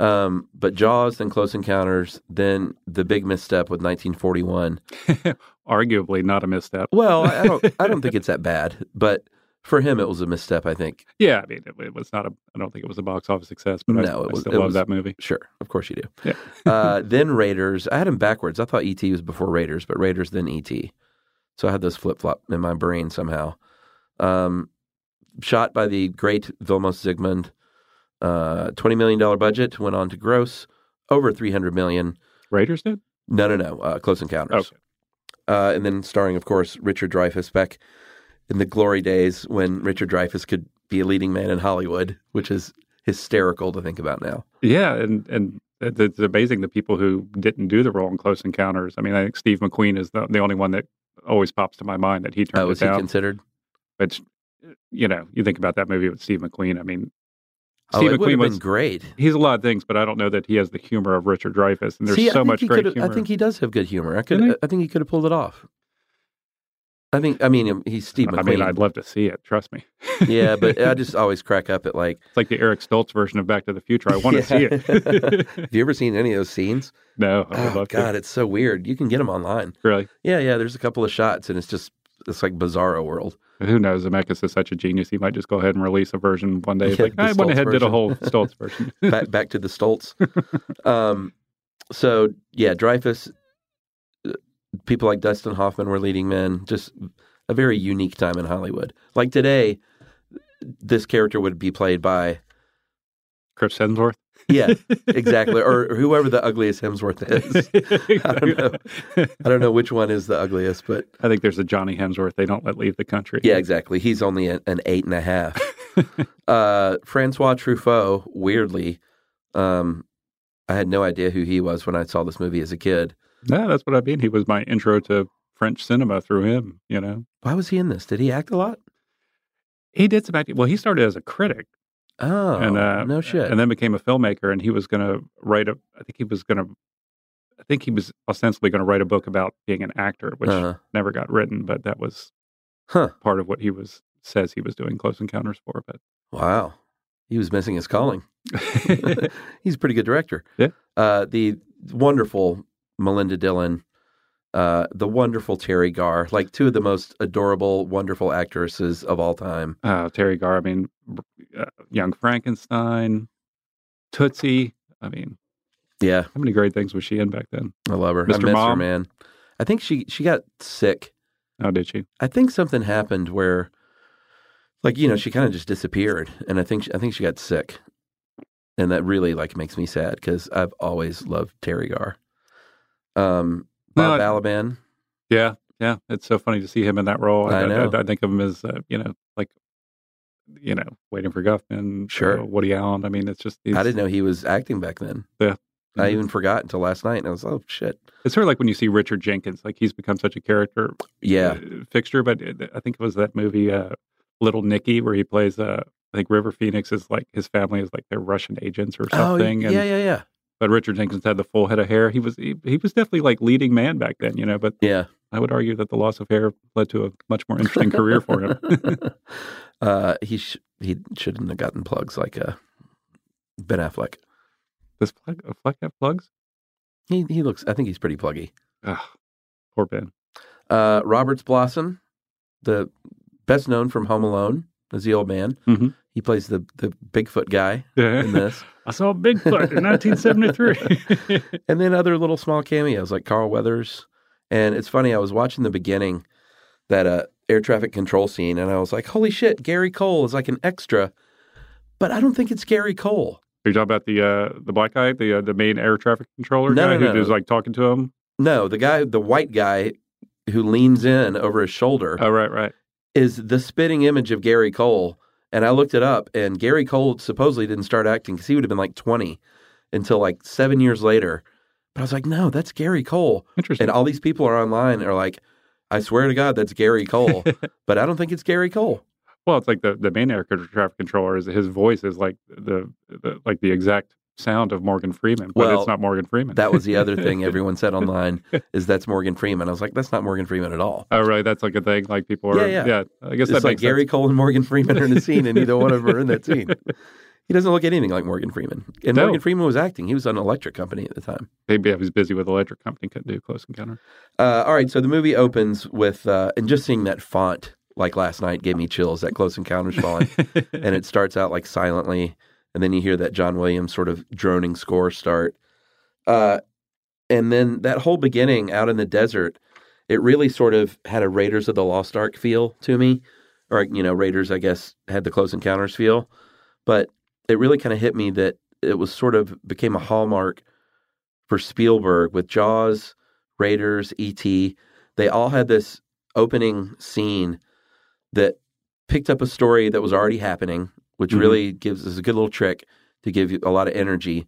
A: Um, but Jaws, then Close Encounters, then the big misstep with 1941.
B: Arguably not a misstep.
A: Well, I I don't, I don't think it's that bad, but for him, it was a misstep. I think.
B: Yeah, I mean, it, it was not a. I don't think it was a box office success, but I,
A: No, it
B: I
A: was-
B: still
A: it
B: love
A: was-
B: that movie.
A: Sure, of course you do.
B: Yeah.
A: uh, then Raiders. I had him backwards. I thought ET was before Raiders, E but Raiders then ET. So I had those flip flop in my brain somehow. Um, shot by the great Vilmos Zsigmond. Uh, Twenty million dollar budget went on to gross over three hundred million.
B: Raiders did.
A: No, no, no. Uh, Close Encounters.
B: Okay.
A: Uh, and then starring, of course, Richard Dreyfuss back in the glory days when Richard Dreyfuss could be a leading man in Hollywood, which is hysterical to think about now.
B: Yeah, and and it- it's amazing the people who didn't do the role in Close Encounters. I mean, I think Steve McQueen is the, the only one that always pops to my mind that he turned
A: Uh, was
B: it
A: he
B: down.
A: considered?
B: Which, you know, you think about that movie with Steve McQueen. I mean,
A: oh,
B: Steve
A: it would
B: McQueen
A: have
B: was
A: been great.
B: he's a lot of things, but I don't know that he has the humor of Richard Dreyfuss. And there's
A: See, I
B: so
A: think
B: much
A: he
B: great
A: could've-
B: humor.
A: I think he does have good humor. I could.
B: Didn't
A: I, I think he could have pulled it off. I think. I mean, um, he's Steve McQueen.
B: I mean, I'd love to see it. Trust me,
A: yeah, but I just always crack up at like.
B: it's like the Eric Stoltz version of Back to the Future. I want to see it.
A: Have you ever seen any of those scenes?
B: no, I would
A: Oh
B: love
A: God,
B: to.
A: it's so weird. You can get them online.
B: Really,
A: Yeah, yeah. There's a couple of shots, and it's just it's like bizarro world.
B: who knows? Zemeckis is such a genius. He might just go ahead and release a version one day. It's
A: Yeah,
B: like
A: the
B: I went
A: Stoltz
B: ahead and did a
A: version.
B: whole Stoltz version.
A: back, back to the Stoltz. Um, so yeah, Dreyfus. uh, People like Dustin Hoffman were leading men. Just a very unique time in Hollywood. Like today, this character would be played by
B: Chris Hemsworth.
A: yeah, exactly, or whoever the ugliest Hemsworth is. I don't know. I don't know which one is the ugliest, but
B: I think there's a Johnny Hemsworth they don't let leave the country.
A: yeah, exactly. He's only a, an eight and a half. uh, Francois Truffaut, weirdly, um, I had no idea who he was when I saw this movie as a kid.
B: No, that's what I mean. He was my intro to French cinema through him, you know.
A: Why was he in this? Did he act a lot?
B: He did some acting. Well, he started as a critic
A: Oh,
B: and uh,
A: no shit.
B: and then became a filmmaker and he was going to write a I think he was going to I think he was ostensibly going to write a book about being an actor, which
A: Uh-huh.
B: never got written, but that was
A: huh?
B: part of what he was says he was doing close encounters for, but
A: Wow, he was missing his calling. He's a pretty good director.
B: Yeah.
A: Uh, the wonderful Melinda Dillon, uh, the wonderful Terry Garr, like two of the most adorable, wonderful actresses of all time.
B: uh, Terry Garr, I mean, uh, Young Frankenstein, Tootsie. I mean,
A: Yeah,
B: how many great things was she in back then?
A: I love her. I
B: Mr.
A: miss her,
B: Mom?
A: man. I think she she got sick.
B: How did she?
A: I think
B: Mm-hmm.
A: something happened where, like you know, she kind of just disappeared, and I think she, I think she got sick, and that really like makes me sad because I've always loved Terry Garr. Um,
B: No,
A: Bob
B: I-
A: Balaban,
B: Yeah, yeah. It's so funny to see him in that role.
A: I know.
B: I, think of him as uh, you know, like you know, waiting for Guffman.
A: Sure.
B: uh, Woody Allen. I mean, it's just
A: I
B: it's- Mm-hmm.
A: didn't know he was acting back then.
B: Yeah.
A: I even forgot until last night, and I was oh shit,
B: It's sort of like when you see Richard Jenkins. Like he's become such a character
A: yeah,
B: uh, fixture. But it, I think it was that movie uh, Little Nicky where he plays. Uh, I think River Phoenix is like his family is like they're Russian agents or something.
A: oh
B: and,
A: yeah, yeah, yeah,
B: But Richard Jenkins had the full head of hair. He was he, he was definitely like leading man back then, you know. But
A: yeah.
B: I would argue that the loss of hair led to a much more interesting career for him.
A: uh, he sh- he shouldn't have gotten plugs like uh, Ben Affleck.
B: Does Fleck, Fleck have plugs?
A: He he looks. I think he's pretty pluggy.
B: Ugh, poor Ben.
A: Uh, Roberts Blossom, the best known from Home Alone as the old man.
B: Mhm.
A: He plays the the Bigfoot guy in
B: Yeah.
A: this,
B: I saw Bigfoot in 1973.
A: and then other little small cameos like Carl Weathers. And it's funny. I was watching the beginning that uh, air traffic control scene, and I was like, "Holy shit! Gary Cole is like an extra," but I don't think it's Gary Cole.
B: Are you talking about the uh, the black guy, the uh, the main air traffic controller
A: No,
B: guy
A: no,
B: who
A: no,
B: was
A: no.
B: like talking to him?
A: No, the guy, the white guy who leans in over his shoulder
B: Oh, right, right.
A: is the spitting image of Gary Cole. And I looked it up, and Gary Cole supposedly didn't start acting because he would have been like 20 until like seven years later. But I was like, no, that's Gary Cole.
B: Interesting.
A: And all these people are online are like, I swear to God, that's Gary Cole. but I don't think it's Gary Cole.
B: well, it's like the, the main air traffic controller is his voice is like the, the like the exact sound of Morgan Freeman, but
A: Well,
B: it's not Morgan Freeman.
A: That was the other thing everyone said online is that's Morgan Freeman. I was like, that's not Morgan Freeman at all.
B: oh, right. That's like a thing. Like people are.
A: Yeah,
B: Yeah,
A: yeah.
B: I guess
A: It's
B: that
A: like
B: makes
A: Gary
B: sense.
A: Cole and Morgan Freeman are in a scene, and neither one of them are in that scene. He doesn't look anything like Morgan Freeman. And
B: No.
A: Morgan Freeman was acting. He was on Electric Company at the time.
B: Maybe I was busy with electric company. Couldn't do close encounter.
A: Uh, all right, so the movie opens with, uh, and just seeing that font like last night gave me chills. That Close Encounters font, and it starts out like silently, and then you hear that John Williams sort of droning score start, uh, and then that whole beginning out in the desert, it really sort of had a Raiders of the Lost Ark feel to me, or you know Raiders I guess had the close encounters feel, but it really kind of hit me that it was sort of became a hallmark for Spielberg with Jaws, Raiders, E.T. They all had this opening scene that picked up a story that was already happening, which
B: Mhm.
A: really gives is a good little trick to give you a lot of energy,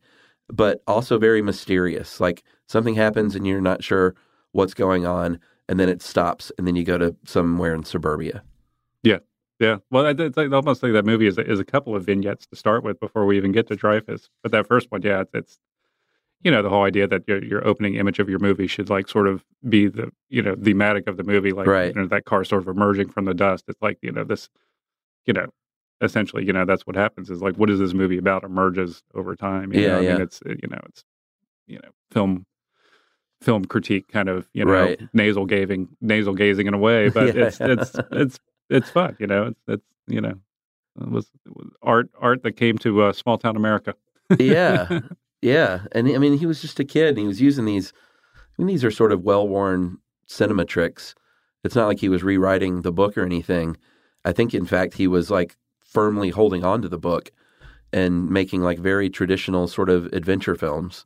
A: but also very mysterious. Like something happens and you're not sure what's going on, and then it stops, and then you go to somewhere in suburbia.
B: Yeah. Well, I, did, I almost think that movie is, is a couple of vignettes to start with before we even get to Dreyfus. But that first one, yeah, it's, it's you know, the whole idea that your, your opening image of your movie should like sort of be the, you know, thematic of the movie. Like,
A: Right.
B: you know, that car sort of emerging from the dust. It's like, you know, this, you know, essentially, you know, that's what happens is like, what is this movie about emerges over time? You
A: Yeah,
B: Know? I
A: yeah.
B: mean, it's, you know, it's, you know, film film critique kind of you know
A: Right.
B: nasal gazing nasal gazing in a way but
A: Yeah.
B: it's it's it's it's fun you know it's it's you know it was, it was art art that came to uh, small town america
A: yeah, yeah. And I mean, he was just a kid, and he was using these. I mean, these are sort of well-worn cinema tricks. It's not like he was rewriting the book or anything. I think, in fact, he was like firmly holding on to the book and making like very traditional sort of adventure films.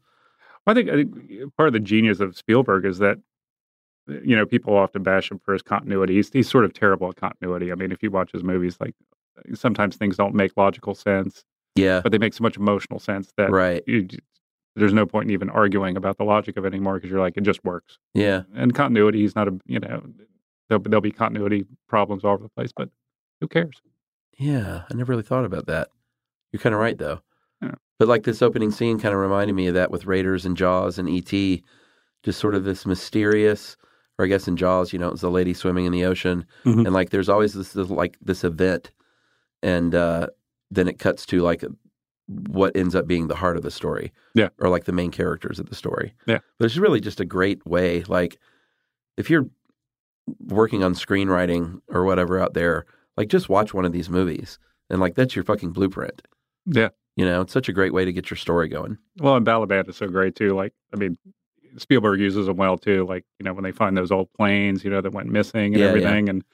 B: I think, I think part of the genius of Spielberg is that uh, you know people often bash him for his continuity. He's he's sort of terrible at continuity. I mean, if you watch his movies, like uh, sometimes things don't make logical sense,
A: Yeah,
B: but they make so much emotional sense that
A: right.
B: you, there's no point in even arguing about the logic of it anymore because you're like it just works.
A: Yeah,
B: and continuity is not a you know there'll, there'll be continuity problems all over the place but who cares
A: yeah. I never really thought about that. You're kind of right, though.
B: Yeah.
A: But like this opening scene kind of reminded me of that with Raiders and Jaws and ET, just sort of this mysterious, or I guess in Jaws, you know, it was the lady swimming in the ocean.
B: Mm-hmm.
A: and like there's always this, this like this event and uh then it cuts to like what ends up being the heart of the story
B: Yeah.
A: or like the main characters of the story
B: Yeah.
A: but it's really just a great way like if you're working on screenwriting or whatever out there like just watch one of these movies and like that's your fucking blueprint
B: Yeah.
A: you know it's such a great way to get your story going
B: well and balaban is so great too like i mean spielberg uses them well too like you know when they find those old planes you know that went missing and
A: Yeah, yeah.
B: everything and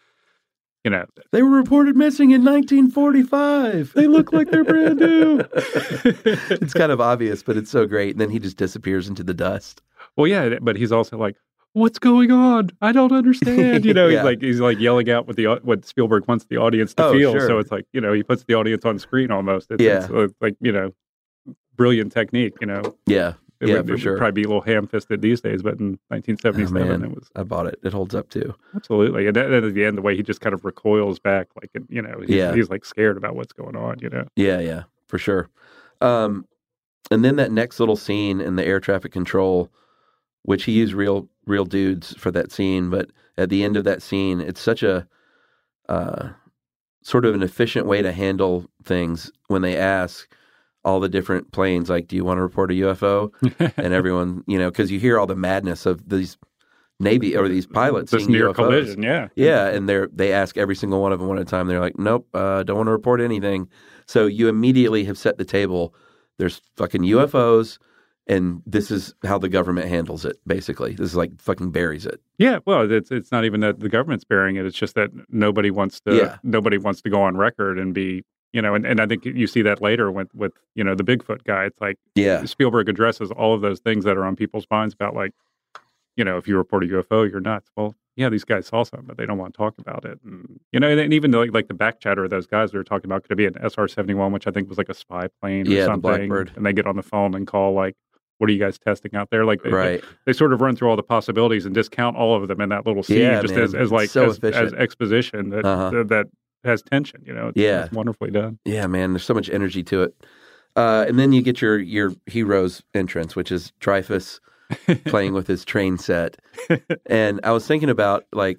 B: you know
A: they were reported missing in 1945
B: they look like they're brand new
A: it's kind of obvious but it's so great and then he just disappears into the dust
B: well yeah but he's also like what's going on i don't understand you know
A: Yeah.
B: he's like he's like yelling out what the au- what spielberg wants the audience to
A: Oh,
B: feel
A: sure.
B: so it's like you know he puts the audience on screen almost it's,
A: Yeah.
B: it's, uh, like you know brilliant technique you know
A: yeah
B: It
A: Yeah,
B: would,
A: for
B: it would
A: sure.
B: probably be a little ham fisted these days, but in
A: Oh,
B: 1977,
A: man.
B: it was
A: I bought it. It holds up too.
B: absolutely. And then then at the end, the way he just kind of recoils back, like, and, you know, he's,
A: Yeah.
B: he's like scared about what's going on, you know?
A: Yeah, yeah, for sure. Um, and then that next little scene in the air traffic control, which he used real real dudes for that scene, but at the end of that scene, it's such a uh, sort of an efficient way to handle things when they ask all the different planes, like, "Do you want to report a UFO?" and everyone, you know, because you hear all the madness of these Navy or these pilots
B: this
A: seeing
B: near
A: UFOs.
B: collision, yeah.
A: Yeah, and they are they ask every single one of them one at a time. They're like, "Nope, uh, don't want to report anything." So you immediately have set the table. There's fucking UFOs, and this is how the government handles it. Basically, this is like fucking buries it.
B: Yeah. Well, it's, it's not even that the government's bearing it. It's just that nobody wants to,
A: Yeah.
B: nobody wants to go on record and be, you know, and, and I think you see that later with, with, you know, the Bigfoot guy. It's like,
A: Yeah,
B: Uh, Spielberg addresses all of those things that are on people's minds about like, you know, if you report a UFO, you're nuts. Well, yeah, these guys saw something, but they don't want to talk about it. And, you know, and, and even like like the back chatter of those guys we were talking about, could it be an SR seventy one, which I think was like a spy plane or
A: Yeah, the
B: something?
A: Blackbird.
B: And they get on the phone and call like, "What are you guys testing out there?" Like, they,
A: right.
B: They, sort of run through all the possibilities and discount all of them in that little scene,
A: Yeah,
B: just
A: man.
B: as, as like
A: So
B: as, as
A: efficient.
B: exposition that
A: Uh-huh.
B: that has tension. You know, it's,
A: Yeah.
B: it's wonderfully done.
A: Yeah, man, there's so much energy to it. Uh, and then you get your your hero's entrance, which is Dreyfus playing with his train set. and I was thinking about like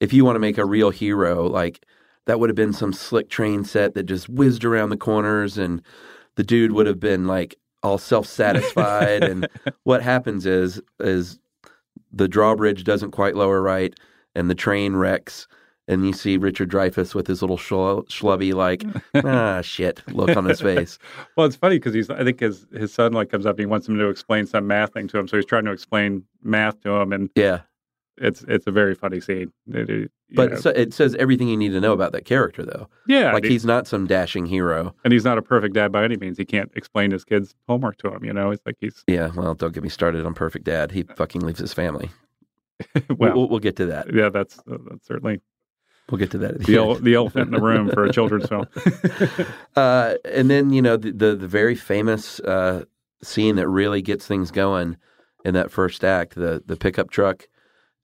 A: if you want to make a real hero, like that would have been some slick train set that just whizzed around the corners and the dude would have been like all self-satisfied and what happens is is the drawbridge doesn't quite lower right and the train wrecks and you see Richard Dreyfuss with his little schl- schlubby like ah shit look on his face.
B: Well, it's funny because he's. I think his his son like comes up and he wants him to explain some math thing to him, so he's trying to explain math to him, and
A: Yeah.
B: it's it's a very funny scene. It- it- you
A: But
B: know.
A: so, it says everything you need to know about that character, though.
B: yeah,
A: like
B: dude.
A: he's not some dashing hero.
B: and he's not a perfect dad by any means. He can't explain his kids' homework to him. You know, it's like he's
A: Yeah, well, don't get me started on Perfect Dad. He fucking leaves his family. We'll,
B: well,
A: we'll, we'll get to that.
B: yeah, that's uh, that's certainly
A: We'll get to that. At the
B: the
A: end.
B: el- the elephant in the room for a children's film.
A: uh, and then you know the the, the very famous uh, scene that really gets things going in that first act the the pickup truck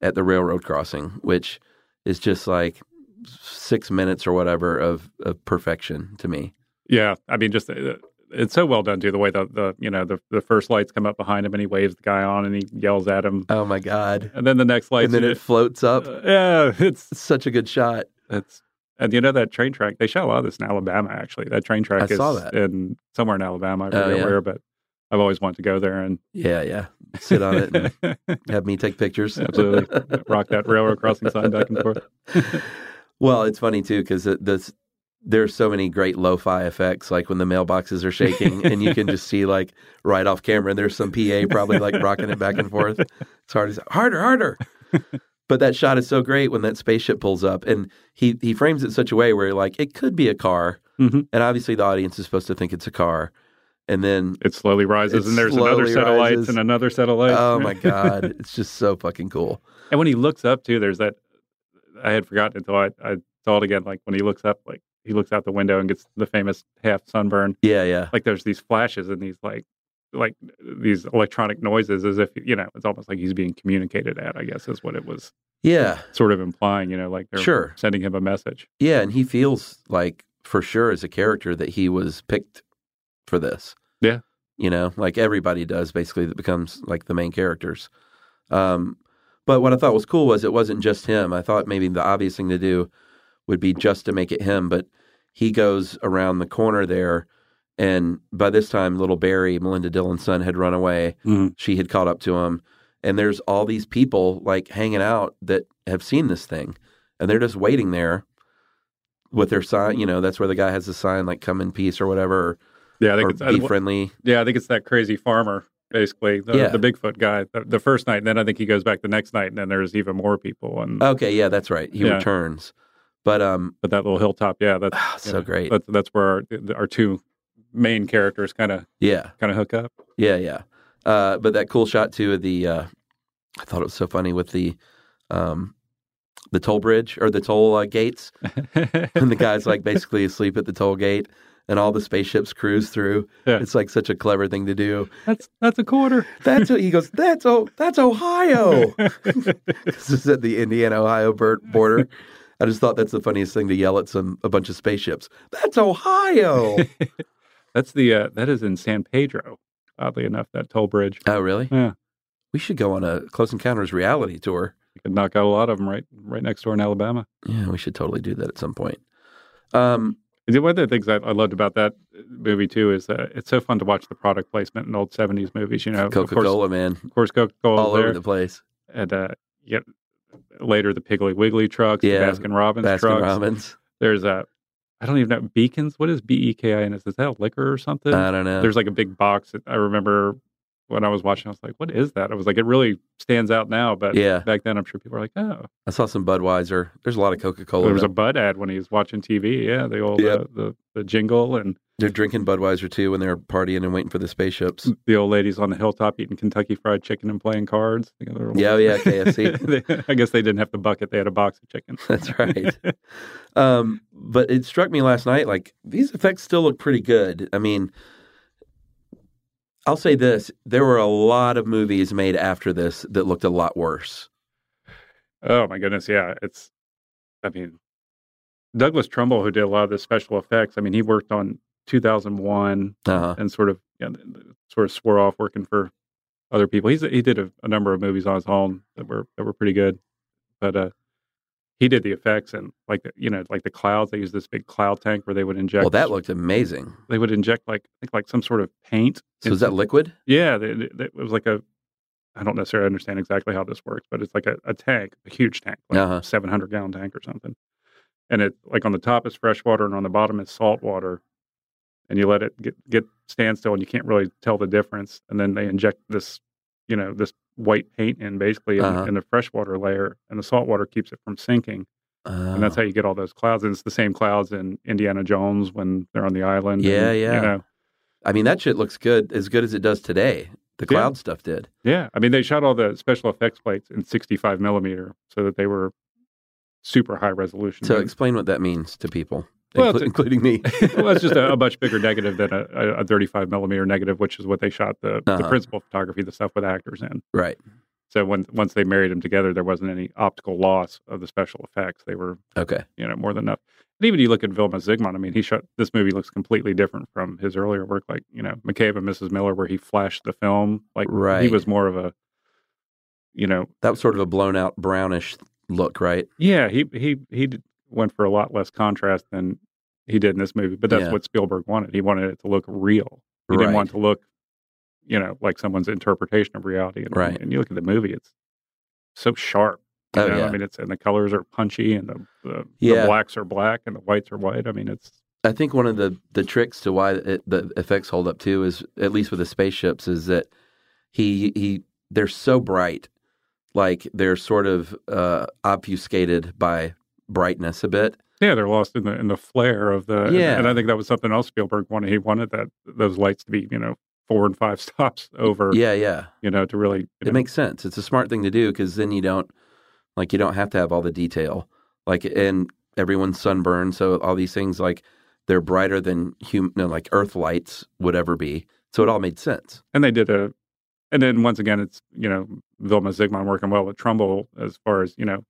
A: at the railroad crossing, which is just like six minutes or whatever of, of perfection to me.
B: Yeah, I mean, just uh, it's so well done too. The way the, the you know the the first lights come up behind him and he waves the guy on and he yells at him,
A: Oh my god!
B: and then the next lights.
A: And then it floats up.
B: uh, yeah, it's
A: It's such a good shot.
B: it's and you know that train track. They shot a lot of this in Alabama actually. That train track
A: I
B: is
A: saw that.
B: in somewhere in Alabama. I forget
A: Oh, yeah.
B: where, but I've always wanted to go there and
A: Yeah, yeah. Sit on it and have me take pictures.
B: Absolutely. Rock that railroad crossing sign back and forth.
A: well, it's funny too because this there's so many great lo-fi effects, like when the mailboxes are shaking, and you can just see like right off camera, and there's some PA probably like rocking it back and forth. It's hard as harder, harder. But that shot is so great when that spaceship pulls up, and he he frames it such a way where like it could be a car,
B: Mhm.
A: and obviously the audience is supposed to think it's a car, and then
B: It slowly rises,
A: It
B: and there's another
A: slowly
B: set of
A: rises.
B: lights and another set of lights.
A: oh my god, it's just so fucking cool.
B: And when he looks up too, there's that I had forgotten until I, I saw it again. Like when he looks up, like he looks out the window and gets the famous half sunburn.
A: Yeah, yeah.
B: Like there's these flashes and these like like these electronic noises as if you know it's almost like he's being communicated at. I guess is what it was
A: Yeah,
B: sort of implying. You know, like they're
A: Sure.
B: sending him a message.
A: yeah, and he feels like for sure as a character that he was picked for this.
B: Yeah.
A: you know, like everybody does basically that becomes like the main characters. Um, but what I thought was cool was it wasn't just him. I thought maybe the obvious thing to do would be just to make it him, but he goes around the corner there. And by this time, little Barry, Melinda Dillon's son, had run away.
B: Mhm.
A: She had caught up to him. And there's all these people like hanging out that have seen this thing. And they're just waiting there with their sign. You know, that's where the guy has the sign, like, come in peace or whatever,
B: Yeah, I
A: or,
B: think
A: or
B: it's, Mm-hmm.
A: be friendly.
B: Yeah, I think it's that crazy farmer, basically the,
A: Yeah.
B: the Bigfoot guy. The, the first night, and then I think he goes back the next night, and then there's even more people. And
A: Okay, yeah, that's right. He
B: Yeah.
A: returns. But um
B: but that little hilltop, yeah, that's you
A: Ah, so
B: know,
A: great.
B: That's that's where our, our two main characters kind of
A: yeah,
B: kind of hook up.
A: yeah, yeah. Uh but that cool shot too of the uh I thought it was so funny with the um the toll bridge or the toll uh, gates and the guy's like basically asleep at the toll gate and all the spaceships cruise through.
B: Yeah.
A: It's like such a clever thing to do.
B: that's that's a quarter.
A: That's he goes, That's oh that's Ohio. this is at the Indiana Ohio border. I just thought that's the funniest thing to yell at some a bunch of spaceships. That's Ohio.
B: That's the uh, that is in San Pedro. Oddly enough, that toll bridge.
A: oh really?
B: Yeah,
A: We should go on a Close Encounters reality tour.
B: you could knock out a lot of them right right next door in Alabama.
A: Yeah, we should totally do that at some point. Um,
B: The- One of the things I, I loved about that movie too is uh, it's so fun to watch the product placement in old seventies movies. You know, Of course-
A: Coca Cola, man,
B: of course, Coca Cola
A: all over the place.
B: and uh, yeah, later the Piggly Wiggly trucks,
A: Yeah,
B: the Baskin Robbins
A: Baskin
B: trucks.
A: Robbins.
B: There's a, I don't even know Beacons. What is B E K I N? Is that liquor or something?
A: I don't know.
B: There's like a big box. That I remember when I was watching, I was like, "What is that?" I was like, "It really stands out now." But
A: Yeah.
B: back then, I'm sure people were like, "Oh,
A: I saw some Budweiser. There's a lot of Coca Cola.
B: there was a Bud ad when he was watching TV." Yeah, the old
A: Yep.
B: uh, the the jingle and
A: They're drinking Budweiser too when they're partying and waiting for the spaceships.
B: the old ladies on the hilltop eating Kentucky Fried Chicken and playing cards. I think they were-
A: Yeah, oh, yeah, KFC.
B: They- I guess they didn't have the bucket; they had a box of chicken.
A: That's right. um, but it struck me last night like these effects still look pretty good. I mean, I'll say this: there were a lot of movies made after this that looked a lot worse.
B: Oh my goodness, yeah. It's I mean Douglas Trumbull who did a lot of the special effects. I mean, he worked on 2001
A: Uh-huh.
B: and sort of yeah, sort of swore off working for other people. He's he did a, a number of movies on his own that were that were pretty good. But uh he did the effects and like the, you know, like the clouds, they used this big cloud tank where they would inject
A: Well, that looked amazing.
B: they would inject like I think like some sort of paint.
A: So is that liquid?
B: Yeah, they, they, it was like a. I don't necessarily understand exactly how this works, but it's like a, a tank, a huge tank, like
A: Uh-huh.
B: seven hundred gallon tank or something. And it like on the top is fresh water, and on the bottom is salt water. And you let it get get stand still, and you can't really tell the difference. And then they inject this, you know, this white paint in basically in,
A: Uh-huh.
B: in the freshwater layer, and the saltwater keeps it from sinking.
A: Uh,
B: And that's how you get all those clouds. And it's the same clouds in Indiana Jones when they're on the island.
A: Yeah,
B: and,
A: yeah.
B: You know,
A: I mean, that shit looks good, as good as it does today. The
B: Yeah.
A: cloud stuff did.
B: yeah. I mean, they shot all the special effects plates in 65 millimeter so that they were super high resolution.
A: So
B: And-
A: explain what that means to people,
B: Mm-hmm. Well,
A: inclu-
B: it's a-
A: including me.
B: well, it's just a, a much bigger negative than a, a, a 35 millimeter negative, which is what they shot the,
A: Uh-huh.
B: the principal photography, the stuff with actors in.
A: right.
B: So when, once they married them together, there wasn't any optical loss of the special effects. They were,
A: Okay.
B: you know, more than enough. And even you look at Vilma Zsigmond. I mean, he shot this movie looks completely different from his earlier work, like you know, McCabe and Mrs. Miller, where he flashed the film. Like he
A: Right.
B: was more of a, you know,
A: That was sort of a blown out brownish look, right?
B: yeah, he he he d- went for a lot less contrast than he did in this movie. But that's
A: Yeah.
B: what Spielberg wanted. He wanted it to look real. He
A: Right.
B: didn't want it to look, you know, like someone's interpretation of reality. And,
A: Right.
B: and you look at the movie, it's so sharp. you
A: Oh,
B: know?
A: yeah.
B: I mean, it's and the colors are punchy, and the, the,
A: Yeah.
B: the blacks are black, and the whites are white. I mean, it's
A: I think one of the, the tricks to why it, the effects hold up too is at least with the spaceships is that he he they're so bright, like they're sort of uh, obfuscated by brightness a bit.
B: yeah, they're lost in the in the flare of the. and-
A: Yeah.
B: and I think that was something else Spielberg wanted. He wanted that those lights to be, you know, four and five stops over.
A: Yeah, yeah.
B: you know, to really. you know,
A: It makes sense. It's a smart thing to do because then you don't like you don't have to have all the detail. Like and everyone's sunburned, so all these things like they're brighter than human no, like Earth lights would ever be. So it all made sense.
B: and they did a and then once again it's you know vilma zsigmond working well with trumbull as far as you know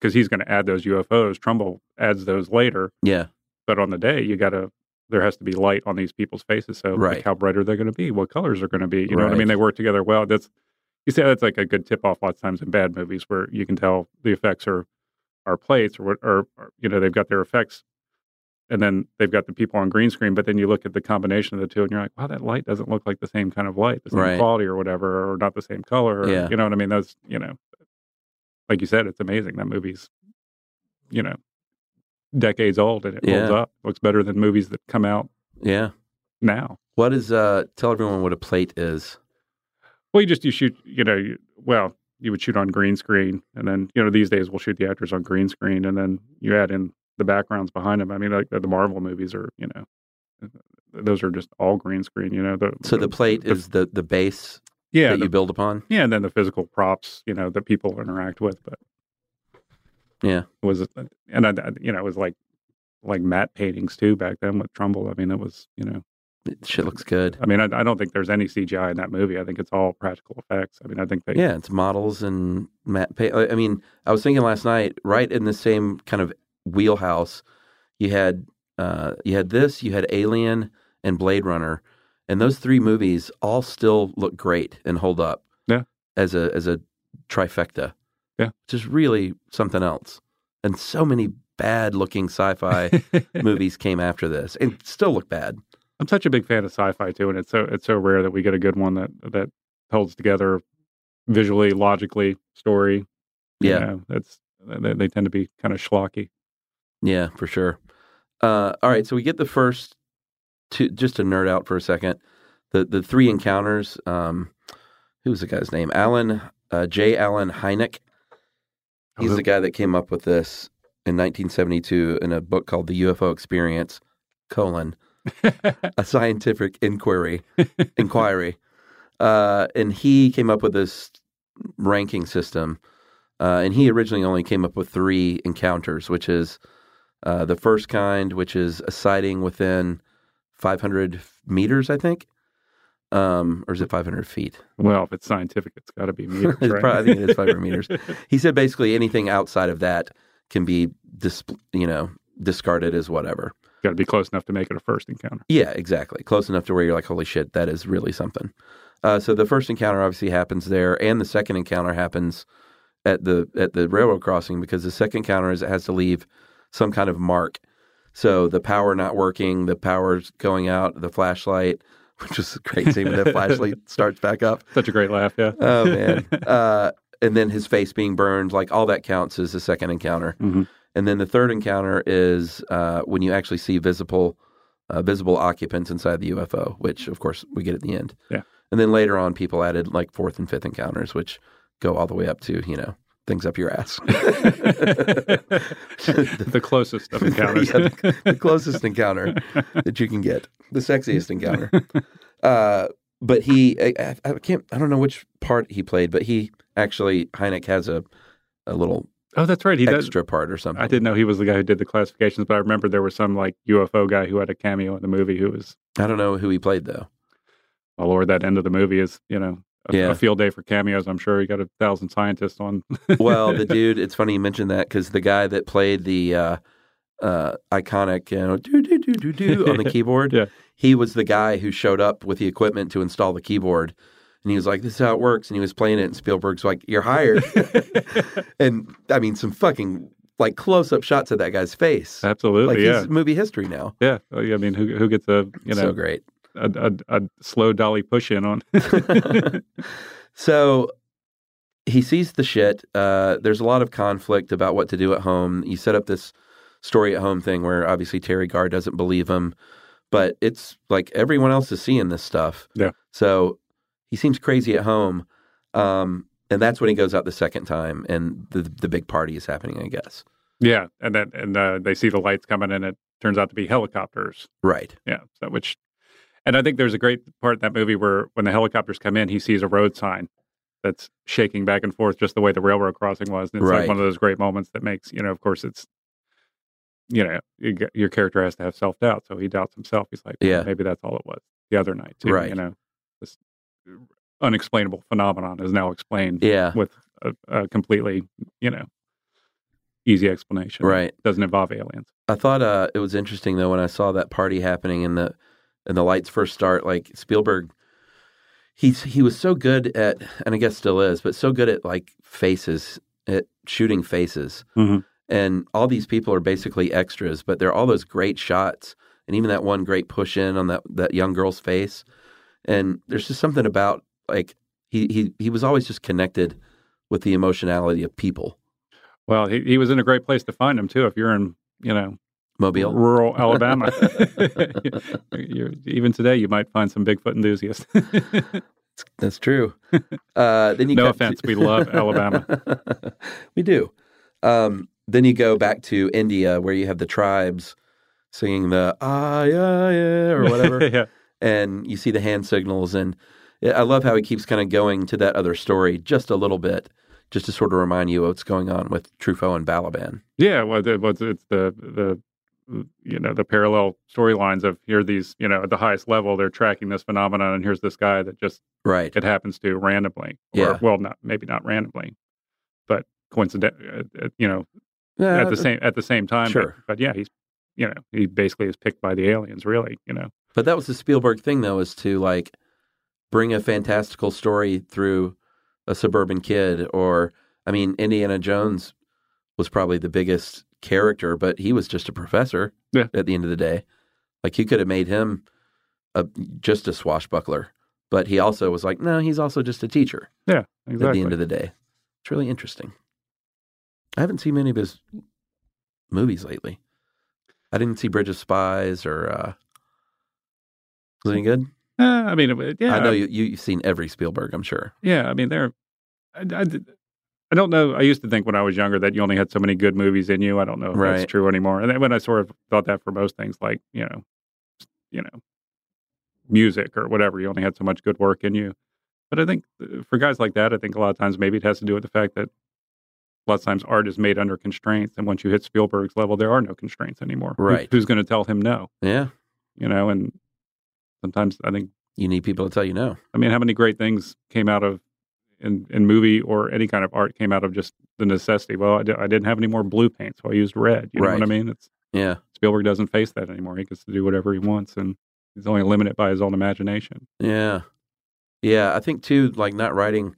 B: because he's going to add those ufos trumbull adds those later
A: Yeah,
B: but on the day you gotta there has to be light on these people's faces so
A: Right.
B: like how bright are they going to be what colors are going to be you know what i
A: Right.
B: mean they work together well that's you see that's like a good tip off lots of times in bad movies where you can tell the effects are are plates or what or, or you know they've got their effects and then they've got the people on green screen but then you look at the combination of the two and you're like wow that light doesn't look like the same kind of light the same
A: Right.
B: quality or whatever or not the same color or,
A: Yeah.
B: you know what i mean that's you know like you said it's amazing that movie's you know decades old and it holds
A: Yeah.
B: up. Looks better than movies that come out
A: yeah.
B: now.
A: What is uh? Tell everyone what a plate is.
B: Well, you just you shoot, you know, you, well, you would shoot on green screen, and then you know these days we'll shoot the actors on green screen, and then you add in the backgrounds behind them. I mean, like the, the Marvel movies are, you know, those are just all green screen. You know, Mm-hmm. the,
A: So the plate is the the base
B: yeah,
A: that
B: the-
A: you build upon.
B: yeah, and then the physical props, you know, that people interact with. But
A: Yeah.
B: it was and I, I- you know, it was like like matte paintings too back then with Trumbull. I mean, it was you know
A: It- Shit looks good.
B: I mean, I, I don't think there's any CGI in that movie. I think it's all practical effects. I mean, I think they.
A: Yeah, it's models and Matt. Pay- I I mean, I was thinking last night, right in the same kind of wheelhouse, you had uh, you had this, you had Alien and Blade Runner, and those three movies all still look great and hold up.
B: Yeah.
A: as a as a trifecta.
B: Yeah.
A: which is really something else. And so many bad looking sci-fi movies came after this, and still look bad.
B: I'm such a big fan of sci-fi too, and it's so it's so rare that we get a good one that that holds together visually, logically, story. You
A: Yeah.
B: know, that's they, they tend to be kind of schlocky.
A: Yeah, for sure. Uh, all right, so we get the first two. Just to nerd out for a second, the the three encounters. Um, who was the guy's name? Alan uh, J. Allen Hynek. He's the guy that came up with this in 1972 in a book called The UFO Experience: colon A Scientific Inquiry Inquiry, uh, and he came up with this ranking system. Uh, and he originally only came up with three encounters, which is uh, the first kind, which is a sighting within 500 meters, I think. Um, or is it 500 feet?
B: well, if it's scientific, it's got to be meters,
A: It's
B: right?
A: probably- I think it is 500 meters. He said basically anything outside of that can be, dis- you know, discarded as whatever.
B: got to be close enough to make it a first encounter.
A: Yeah, exactly. Close enough to where you're like, holy shit, that is really something. Uh, so the first encounter obviously happens there, and the second encounter happens at the at the railroad crossing because the second encounter is it has to leave some kind of mark. So the power not working, the power's going out, the flashlight, which is a great scene when that flashlight starts back up.
B: Such a great laugh, yeah.
A: Oh man! uh, and then his face being burned, like all that counts as the second encounter.
B: Mhm.
A: And then the third encounter is uh, when you actually see visible, uh, visible occupants inside the UFO, which of course we get at the end.
B: Yeah.
A: And then later on, people added like fourth and fifth encounters, which go all the way up to, you know, things up your ass.
B: the closest of encounters.
A: Yeah, the, the closest encounter that you can get, the sexiest encounter. Uh, but he, I, I- I can't, I don't know which part he played, but he actually Hynek has a a little
B: Oh, that's right. He does.
A: extra part or something.
B: I didn't know he was the guy who did the classifications, but I remember there was some like UFO guy who had a cameo in the movie who was,
A: I don't know who he played though.
B: oh Lord, that end of the movie is, you know, a,
A: Yeah.
B: a field day for cameos. I'm sure he got a thousand scientists on.
A: Well, the dude, it's funny you mentioned that because the guy that played the uh, uh, iconic you know, do do do do do on the keyboard,
B: Yeah.
A: he was the guy who showed up with the equipment to install the keyboard. And he was like, "This is how it works." And he was playing it, and Spielberg's like, "You're hired." and I mean, some fucking like close-up shots of that guy's face, like
B: Absolutely.
A: his
B: yeah.
A: movie history now.
B: Yeah. Oh, yeah. I mean, who, who gets a, you
A: so
B: know,
A: great.
B: a, a, a slow dolly push in on?
A: So he sees the shit. Uh, there's a lot of conflict about what to do at home. You set up this story at home thing where obviously Terry Garr doesn't believe him, but it's like everyone else is seeing this stuff.
B: Yeah.
A: So he seems crazy at home. Um, and that's when he goes out the second time and the, the big party is happening, I guess.
B: yeah. And then, and uh, they see the lights coming and it turns out to be helicopters.
A: Right.
B: Yeah. So, which, and I think there's a great part in that movie where when the helicopters come in, he sees a road sign that's shaking back and forth, just the way the railroad crossing was. And it's
A: Right.
B: like one of those great moments that makes, you know, of course, it's, you know, you get- your character has to have self doubt. So he doubts himself. He's like,
A: Yeah.
B: maybe that's all it was the other night, too.
A: Right.
B: You know, this unexplainable phenomenon is now explained
A: Yeah.
B: with a, a completely, you know, easy explanation.
A: Right.
B: Doesn't involve aliens.
A: I thought uh, it was interesting though when I saw that party happening and the and the lights first start. Like Spielberg, he's he was so good at, and I guess still is, but so good at like faces, at shooting faces.
B: Mhm.
A: And all these people are basically extras, but they're all those great shots, and even that one great push in on that that young girl's face. And there's just something about like he he he was always just connected with the emotionality of people.
B: Well, he, he was in a great place to find them, too. If you're in, you know,
A: Mobile,
B: rural Alabama. You're- even today, you might find some Bigfoot enthusiasts.
A: that's true. Uh, then you
B: no
A: cut to-
B: offense, we love Alabama.
A: we do. Um, then you go back to India where you have the tribes singing the ah yeah yeah or whatever,
B: yeah,
A: and you see the hand signals. And I love how he keeps kind of going to that other story just a little bit, just to sort of remind you what's going on with Truffaut and Balaban.
B: yeah. Well, the, well, it's the the you know the parallel storylines of here are these you know at the highest level they're tracking this phenomenon and here's this guy that just
A: Right.
B: it happens to randomly or
A: Yeah.
B: well not maybe not randomly but coincident uh, uh, you know at the same at the same time but-
A: Uh, Sure.
B: but yeah he's you know he basically is picked by the aliens really you know
A: But that was the Spielberg thing, though, is to like bring a fantastical story through a suburban kid. Or, I mean, Indiana Jones was probably the biggest character, but he was just a professor
B: Yeah.
A: at the end of the day. Like, you could have made him a, just a swashbuckler, but he also was like, no, he's also just a teacher
B: yeah exactly
A: at the end of the day. It's really interesting. I haven't seen many of his movies lately. I didn't see Bridge of Spies or uh was it any good?
B: Uh, I mean, it- yeah,
A: I know you, you you've seen every Spielberg, I'm sure.
B: Yeah, I mean, there. I, I, did- I don't know. I used to think when I was younger that you only had so many good movies in you. I don't know if
A: Right.
B: that's true anymore. And then when I sort of thought that for most things, like you know, you know, music or whatever, you only had so much good work in you. But I think uh, for guys like that, I think a lot of times maybe it has to do with the fact that a lot of times art is made under constraints, and once you hit Spielberg's level, there are no constraints anymore. Who-
A: Right.
B: who's going to tell him no?
A: Yeah.
B: You know, and sometimes I think
A: You need people to tell you no.
B: I mean, how many great things came out of in, in movie or any kind of art came out of just the necessity? Well, I, di- I didn't have any more blue paint, so I used red. You know
A: Right.
B: what I mean? It's
A: Yeah.
B: Spielberg doesn't face that anymore. He gets to do whatever he wants, and he's only limited by his own imagination.
A: Yeah. Yeah. I think too, like not writing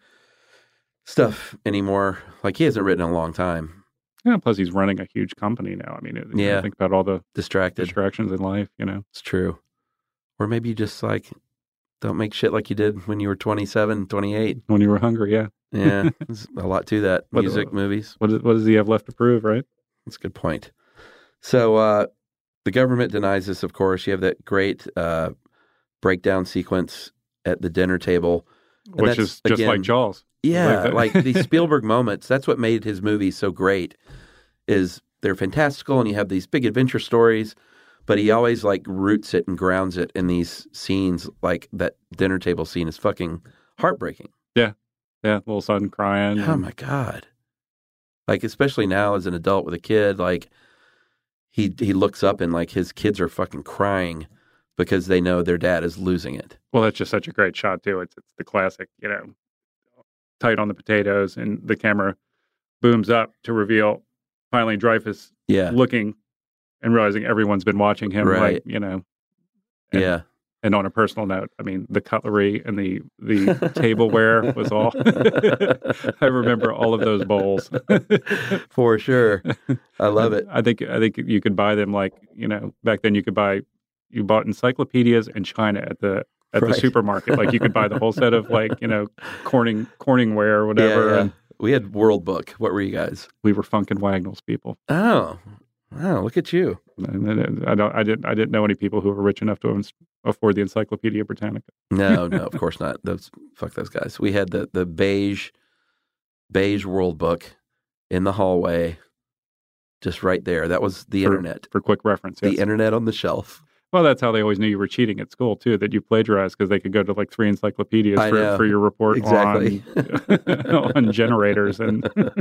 A: stuff anymore. Like he hasn't written in a long time.
B: Yeah, plus he's running a huge company now. I mean, it,
A: Yeah.
B: yeah. think about all the
A: Distracted.
B: distractions in life. You know,
A: It's true. Or maybe you just like don't make shit like you did when you were 27, 28.
B: when you were hungry, yeah.
A: Yeah, there's a lot to that.
B: What-
A: Music, movies.
B: What, is, what does he have left to prove, right?
A: That's a good point. So uh, the government denies this, of course. You have that great uh, breakdown sequence at the dinner table. And
B: which
A: that's,
B: is just
A: again,
B: like Jaws.
A: Yeah, like
B: Like that.
A: these Spielberg moments. That's what made his movies so great. Is they're fantastical, and you have these big adventure stories, but he always like roots it and grounds it in these scenes. Like that dinner table scene is fucking heartbreaking.
B: Yeah, little son crying.
A: Oh my god! Like especially now as an adult with a kid, like he he looks up and like his kids are fucking crying because they know their dad is losing it.
B: Well, that's just such a great shot too. It's it's the classic, you know, tight on the potatoes, and the camera booms up to reveal finally Dreyfus
A: Yeah,
B: looking and realizing everyone's been watching him.
A: Right.
B: Like, you know, and-
A: yeah.
B: And on a personal note, I mean, the cutlery and the the tableware was all. I remember all of those bowls.
A: for sure. I love it.
B: I think I think you could buy them like you know back then you could buy you bought encyclopedias in China at the at
A: Right.
B: the supermarket. Like you could buy the whole set of like you know Corning Corningware or
A: Yeah,
B: whatever.
A: yeah.
B: And
A: We had World Book. What were you guys?
B: we were Funkin' Wagnalls people.
A: Oh, oh, look at you.
B: And then I don't I didn't I didn't know any people who were rich enough to ins- afford the Encyclopedia Britannica.
A: No, no, of course not. Those fuck those guys. We had the the beige beige World Book in the hallway, just right there. That was the
B: For-
A: internet.
B: for quick reference.
A: The
B: yes.
A: internet on the shelf.
B: Well, that's how they always knew you were cheating at school too, that you plagiarized because they could go to like three encyclopedias
A: I know.
B: for, for your report
A: Exactly.
B: on, on generators and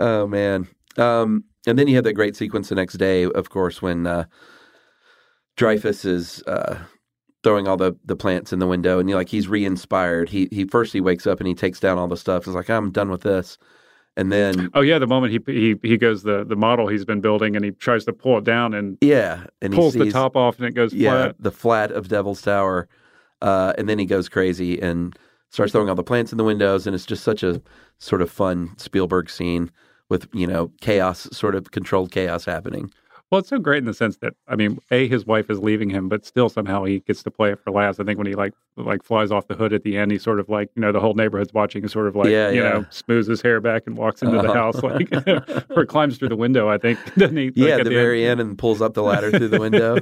A: oh man. Um, and then you have that great sequence the next day, of course, when uh, Dreyfus is uh, throwing all the, the plants in the window, and you like he's re-inspired. He he first he wakes up and he takes down all the stuff. He's like, I'm done with this. And then
B: oh yeah, the moment he he he goes the the model he's been building and he tries to pull it down and
A: yeah, and
B: pulls
A: he sees,
B: the top off and it goes
A: yeah,
B: flat.
A: the flat of Devil's Tower, uh, and then he goes crazy and starts throwing all the plants in the windows, and it's just such a sort of fun Spielberg scene with you know chaos, sort of controlled chaos happening.
B: Well, it's so great in the sense that I mean, a his wife is leaving him, but still somehow he gets to play it for laughs. I think when he like like flies off the hood at the end, he sort of like you know the whole neighborhood's watching. He sort of like
A: Yeah,
B: you
A: yeah.
B: know smooths his hair back and walks into the
A: Uh-huh.
B: house like or climbs through the window. I think doesn't he?
A: yeah,
B: like,
A: at
B: at
A: the very end, and pulls up the ladder through the window.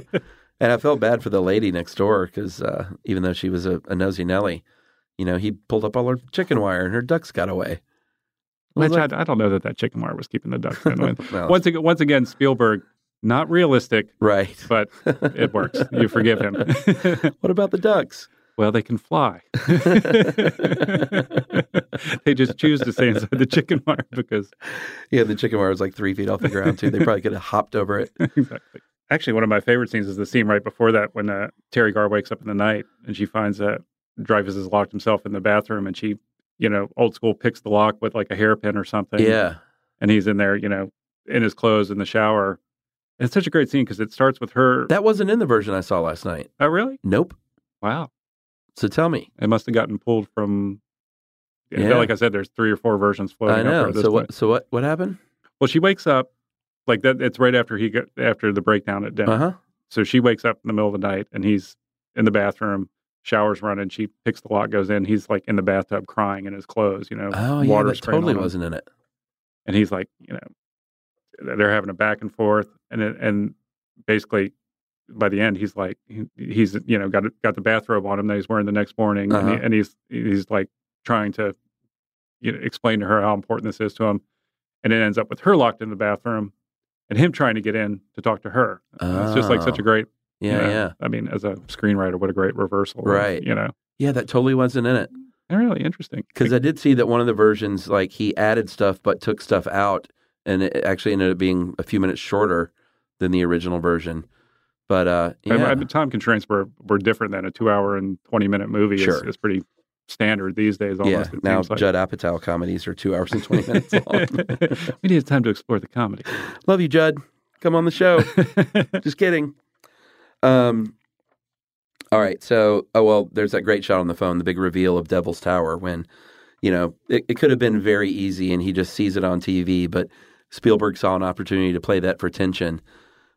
A: And I felt bad for the lady next door because uh, even though she was a, a nosy Nelly, you know, he pulled up all her chicken wire and her ducks got away. I was
B: Which I,
A: like,
B: I don't know that that chicken wire was keeping the ducks in. With.
A: Well,
B: once again, once again, Spielberg, not realistic,
A: right.
B: but it works. You forgive him.
A: What about the ducks?
B: well, they can fly. they just choose to stay inside the chicken wire because
A: Yeah, the chicken wire was like three feet off the ground, too. They probably could have hopped over it.
B: exactly. Actually, one of my favorite scenes is the scene right before that when uh, Terry Gar wakes up in the night and she finds that Dreyfus has locked himself in the bathroom and she, you know, old school picks the lock with like a hairpin or something.
A: Yeah.
B: and he's in there, you know, in his clothes in the shower. It's such a great scene because it starts with her.
A: That wasn't in the version I saw last night.
B: oh, really?
A: Nope.
B: Wow!
A: So tell me.
B: It must have gotten pulled from.
A: Yeah.
B: Like I said, there's three or four versions floating.
A: I
B: out there
A: know.
B: at this
A: So what,
B: point.
A: so what what happened?
B: Well, she wakes up like that. It's right after he got after the breakdown at dinner.
A: Uh huh.
B: So she wakes up in the middle of the night and he's in the bathroom. Showers running. She picks the lock, goes in. He's like in the bathtub crying in his clothes. You know,
A: Oh, yeah.
B: water
A: That
B: spraying
A: totally
B: on him.
A: wasn't in it.
B: and he's like, you know, they're having a back and forth, and it- and basically by the end he's like he, he's you know got got the bathrobe on him that he's wearing the next morning, and,
A: Uh-huh.
B: he, and he's he's like trying to you know explain to her how important this is to him, and it ends up with her locked in the bathroom, and him trying to get in to talk to her. And It's just like such a
A: Oh.
B: great you
A: Yeah,
B: know,
A: yeah.
B: I mean, as a screenwriter, what a great reversal, of,
A: Right.
B: You know,
A: Yeah, that totally wasn't in it.
B: and really interesting
A: Because I did see that one of the versions, like he added stuff but took stuff out, and it actually ended up being a few minutes shorter than the original version. But uh,
B: I mean,
A: yeah,
B: time constraints were, were different than a two hour and 20 minute movie is,
A: Sure.
B: is pretty standard these days.
A: yeah.
B: Almost, it
A: Now
B: seems like.
A: Judd Apatow comedies are two hours and twenty minutes long.
B: we needed time to explore the comedy.
A: Love you, Judd. Come on the show. Just kidding. Um. All right. So, oh well. There's that great shot on the phone, the big reveal of Devil's Tower. When, you know, it, it could have been very easy, and he just sees it on TV. But Spielberg saw an opportunity to play that for tension,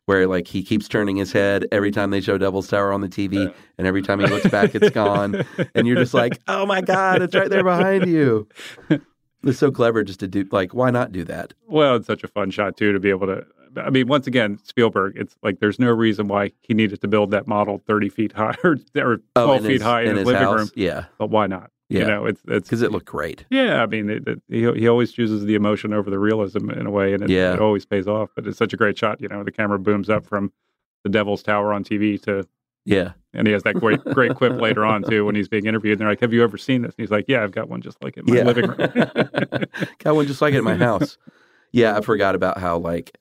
A: where like he keeps turning his head every time they show Devil's Tower on the TV, and every time he looks back, it's gone, and you're just like, oh my god, it's right there behind you. It's so clever just to do like, why not do that?
B: Well, it's such a fun shot, too, to be able to. I mean, once again, Spielberg. It's like there's no reason why he needed to build that model 30 feet high or, or 12
A: Oh, in
B: feet
A: his-
B: high in, his,
A: his
B: living
A: house.
B: room,
A: Yeah,
B: but why not?
A: Yeah.
B: You know, it's it's
A: because it looked great.
B: Yeah, I mean, it, it, he he always chooses the emotion over the realism in a way, and it,
A: Yeah.
B: it always pays off. But it's such a great shot, you know. The camera booms up from the Devil's Tower on TV to,
A: Yeah,
B: and he has that great great quip later on too when he's being interviewed. And they're like, "Have you ever seen this?" And he's like, "Yeah, I've got one just like it in my
A: yeah.
B: living room."
A: Got one just like it in my house. Yeah, I forgot about how like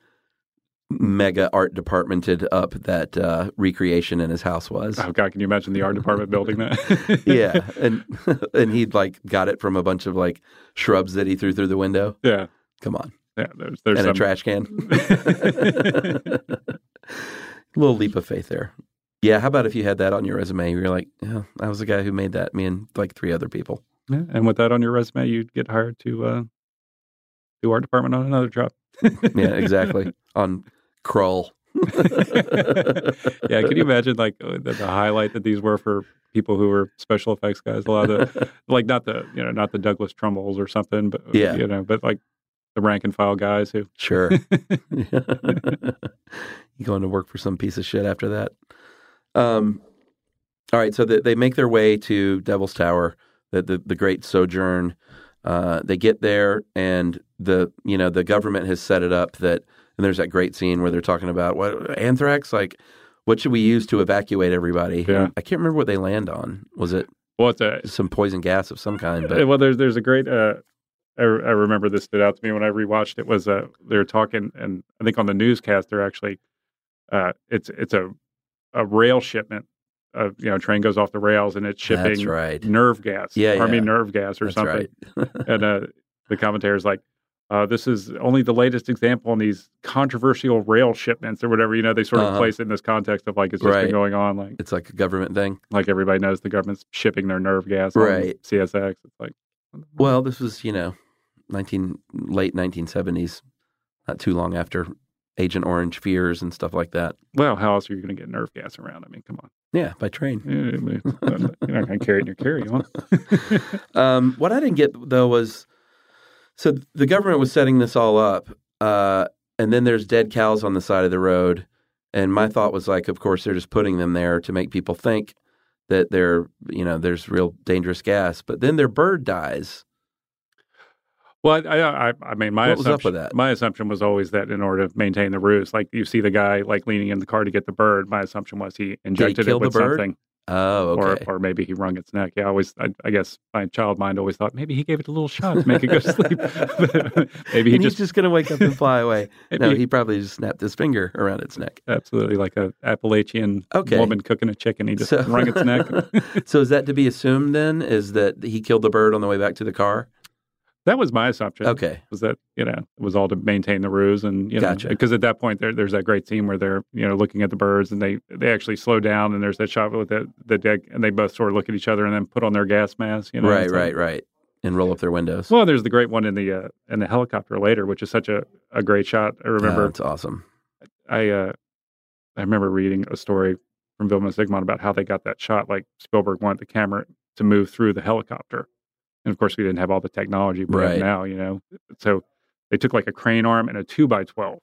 A: mega art departmented up that uh, recreation in his house was.
B: oh God, can you imagine the art department building that?
A: yeah, and and he'd like got it from a bunch of like shrubs that he threw through the window.
B: yeah,
A: Come on,
B: yeah. There's there's
A: and
B: some
A: a trash can. Little leap of faith there. Yeah, how about if you had that on your resume? You're like, yeah, I was the guy who made that. Me and like three other people.
B: Yeah, and with that on your resume, you'd get hired to uh, do art department on another job.
A: Yeah, exactly. on crawl.
B: yeah, can you imagine like uh, the, the highlight that these were for people who were special effects guys? A lot of the like not the you know not the Douglas Trumbles or something, but
A: Yeah.
B: you know, but like the rank and file guys who
A: Sure. you going to work for some piece of shit after that. Um, all right, so the, they make their way to Devil's Tower, the the, the great sojourn. Uh, they get there, and the you know the government has set it up that, and there's that great scene where they're talking about what anthrax, like what should we use to evacuate everybody?
B: Yeah.
A: I can't remember what they land on. Was it
B: well, it's a
A: some poison gas of some kind?
B: Uh,
A: But
B: well, there's there's a great. Uh, I, I remember this stood out to me when I rewatched it. Was uh, they were talking, and I think on the newscast they're actually, uh, it's it's a a rail shipment of you know train goes off the rails and it's shipping
A: that's right.
B: nerve gas,
A: Yeah,
B: army
A: yeah.
B: nerve gas or
A: That's
B: something.
A: right.
B: And uh, the commentator is like. Uh, this is only the latest example in these controversial rail shipments or whatever. You know, they sort of
A: Uh-huh.
B: place it in this context of like it's just
A: Right.
B: been going on, like
A: It's like a government thing.
B: like everybody knows the government's shipping their nerve gas, on
A: Right.
B: CSX. It's like
A: Well, this was you know, nineteen late nineteen seventies, not too long after Agent Orange fears and stuff like that.
B: Well, how else are you going to get nerve gas around? I mean, come on. Eh,
A: Yeah, by train.
B: You're eh, not going to carry it in your carry on.
A: Um, what I didn't get though was, so the government was setting this all up, uh, and then there's dead cows on the side of the road, and my thought was like, of course they're just putting them there to make people think that they're you know there's real dangerous gas, but then their bird dies.
B: Well, I, I, I- I mean, my
A: What was
B: assumption,
A: up with that?
B: my assumption was always that in order to maintain the ruse, like you see the guy like leaning in the car to get the bird. My assumption was he injected
A: kill
B: it with
A: the bird?
B: something,
A: Oh, okay.
B: or or maybe he wrung its neck. Yeah, I always, I, I guess my child mind always thought maybe he gave it a little shot to make it go to sleep. maybe he
A: and
B: just,
A: he's just gonna wake up and fly away.
B: maybe
A: No, he probably just snapped his finger around its neck.
B: absolutely like a Appalachian
A: Okay.
B: woman cooking a chicken. He just wrung its neck.
A: so is that to be assumed then? Is that he killed the bird on the way back to the car?
B: That was my assumption.
A: Okay.
B: was that you know it was all to maintain the ruse and you know
A: Gotcha.
B: because at that point there, there's that great scene where they're you know looking at the birds and they they actually slow down and there's that shot with the the deck and they both sort of look at each other and then put on their gas mask you know
A: right,
B: it's like-
A: right, right. And roll up their windows.
B: well there's the great one in the uh, in the helicopter later which is such a, a great shot I remember
A: That's awesome.
B: I uh, I remember reading a story from Vilma Zsigmond about how they got that shot like Spielberg wanted the camera to move through the helicopter and of course we didn't have all the technology we have
A: Right.
B: now you know so they took like a crane arm and a two by twelve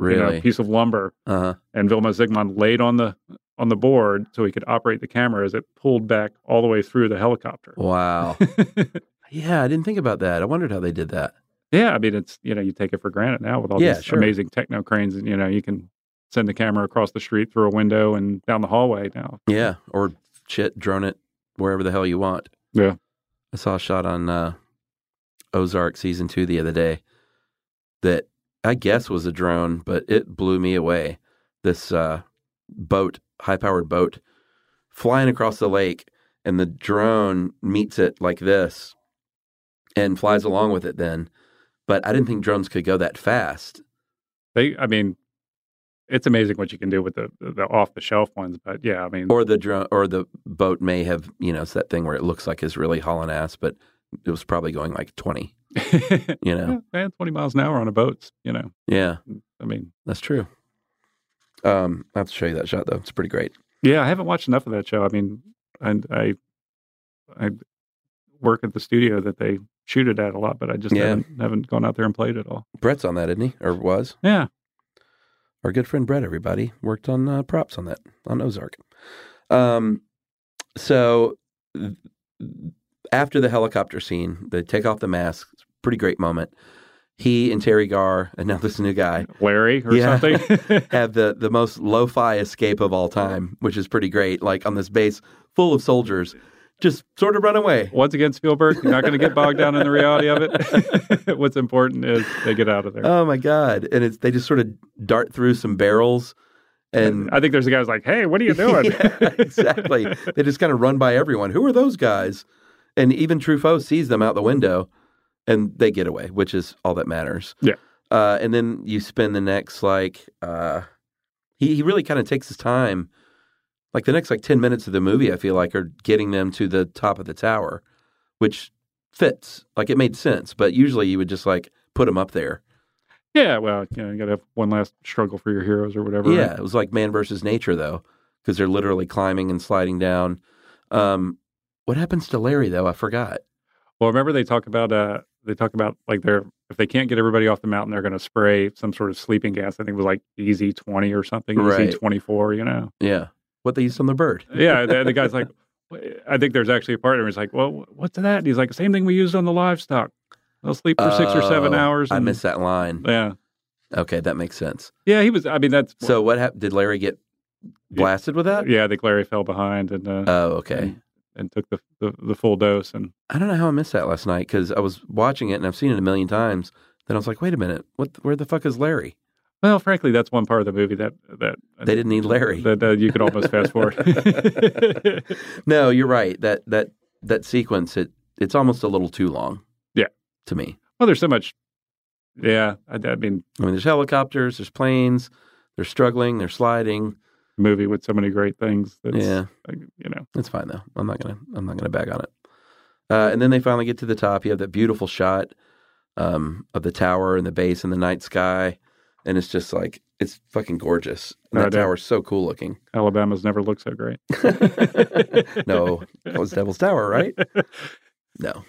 B: you know,
A: Really?
B: piece of lumber.
A: uh-huh.
B: And Vilma Zsigmond laid on the on the board so he could operate the camera as it pulled back all the way through the helicopter.
A: Wow. yeah, I didn't think about that. I wondered how they did that.
B: Yeah, I mean it's you know you take it for granted now with all
A: Yeah,
B: these
A: sure.
B: amazing techno cranes, and you know you can send the camera across the street through a window and down the hallway now.
A: Yeah. Or shit, drone it wherever the hell you want.
B: Yeah.
A: I saw a shot on uh, Ozark season two the other day that I guess was a drone, but it blew me away. This uh, boat, high powered boat, flying across the lake, and the drone meets it like this and flies along with it then. But I didn't think drones could go that fast.
B: They, I mean, it's amazing what you can do with the the off the shelf ones. But yeah, I mean,
A: Or the drone or the boat may have, you know, it's that thing where it looks like it's really hauling ass, but it was probably going like 20, you know?
B: man, twenty miles an hour on a boat. You know,
A: yeah.
B: I mean,
A: That's true. Um, I have to show you that shot though. It's pretty great.
B: Yeah, I haven't watched enough of that show. I mean, and I, I work at the studio that they shoot it at a lot, but I just
A: Yeah.
B: haven't, haven't gone out there and played it all.
A: Brett's on that, isn't he? Or was?
B: Yeah,
A: our good friend Brett, everybody, worked on uh, props on that, on Ozark. Um, so th- after the helicopter scene, they take off the mask. It's a pretty great moment. He and Terry Garr, and now this new guy,
B: Larry or
A: Yeah.
B: something.
A: have the, the most lo-fi escape of all time, which is pretty great. Like on this base full of soldiers, just sort of run away.
B: Once again, Spielberg, you're not going to get bogged down in the reality of it. What's important is they get out of there.
A: Oh my god! And it's they just sort of dart through some barrels, and
B: I think there's a guy who's like, hey, what are you doing?
A: Yeah, exactly. They just kind of run by everyone. Who are those guys? And even Truffaut sees them out the window, and they get away, which is all that matters.
B: Yeah.
A: Uh, and then you spend the next like uh, he he really kind of takes his time. Like the next like ten minutes of the movie, I feel like are getting them to the top of the tower, which fits. Like it made sense, but usually you would just like put them up there.
B: yeah, well, you know, you got to have one last struggle for your heroes or whatever.
A: Yeah, it was like man versus nature though, because they're literally climbing and sliding down. Um, what happens to Larry though? I forgot.
B: Well, remember they talk about uh they talk about like they're if they can't get everybody off the mountain, they're going to spray some sort of sleeping gas. I think it was like Easy Twenty or something,
A: Right.
B: Easy Twenty Four. You know,
A: Yeah, what they used on the bird.
B: yeah. The, the guy's like, I think there's actually a partner. He's like, well, what's that? And he's like, same thing we used on the livestock. They'll sleep for six or seven
A: Oh,
B: hours.
A: I
B: and-
A: missed that line.
B: Yeah,
A: Okay, that makes sense.
B: yeah. He was. I mean, that's
A: So what happened? Did Larry get blasted with that?
B: Yeah, I think Larry fell behind and uh,
A: Oh, okay.
B: and, and took the, the the full dose. And
A: I don't know how I missed that last night because I was watching it and I've seen it a million times. Then I was like, wait a minute, what? Where the fuck is Larry?
B: well, frankly, that's one part of the movie that that
A: They didn't need Larry.
B: that, that you could almost fast forward.
A: no, you're right. That that that sequence it it's almost a little too long.
B: Yeah.
A: to me.
B: Well, there's so much. Yeah, I, I mean,
A: I mean, there's helicopters, there's planes, they're struggling, they're sliding.
B: movie with so many great things. That's,
A: Yeah.
B: like, you know,
A: That's fine though. I'm not gonna I'm not gonna bag on it. Uh, and then they finally get to the top. You have that beautiful shot um, of the tower and the base and the night sky, and it's just like it's fucking gorgeous. And
B: No,
A: that
B: I don't-
A: tower's so cool looking.
B: Alabama's never looked so great.
A: No, that was Devil's Tower, right? No.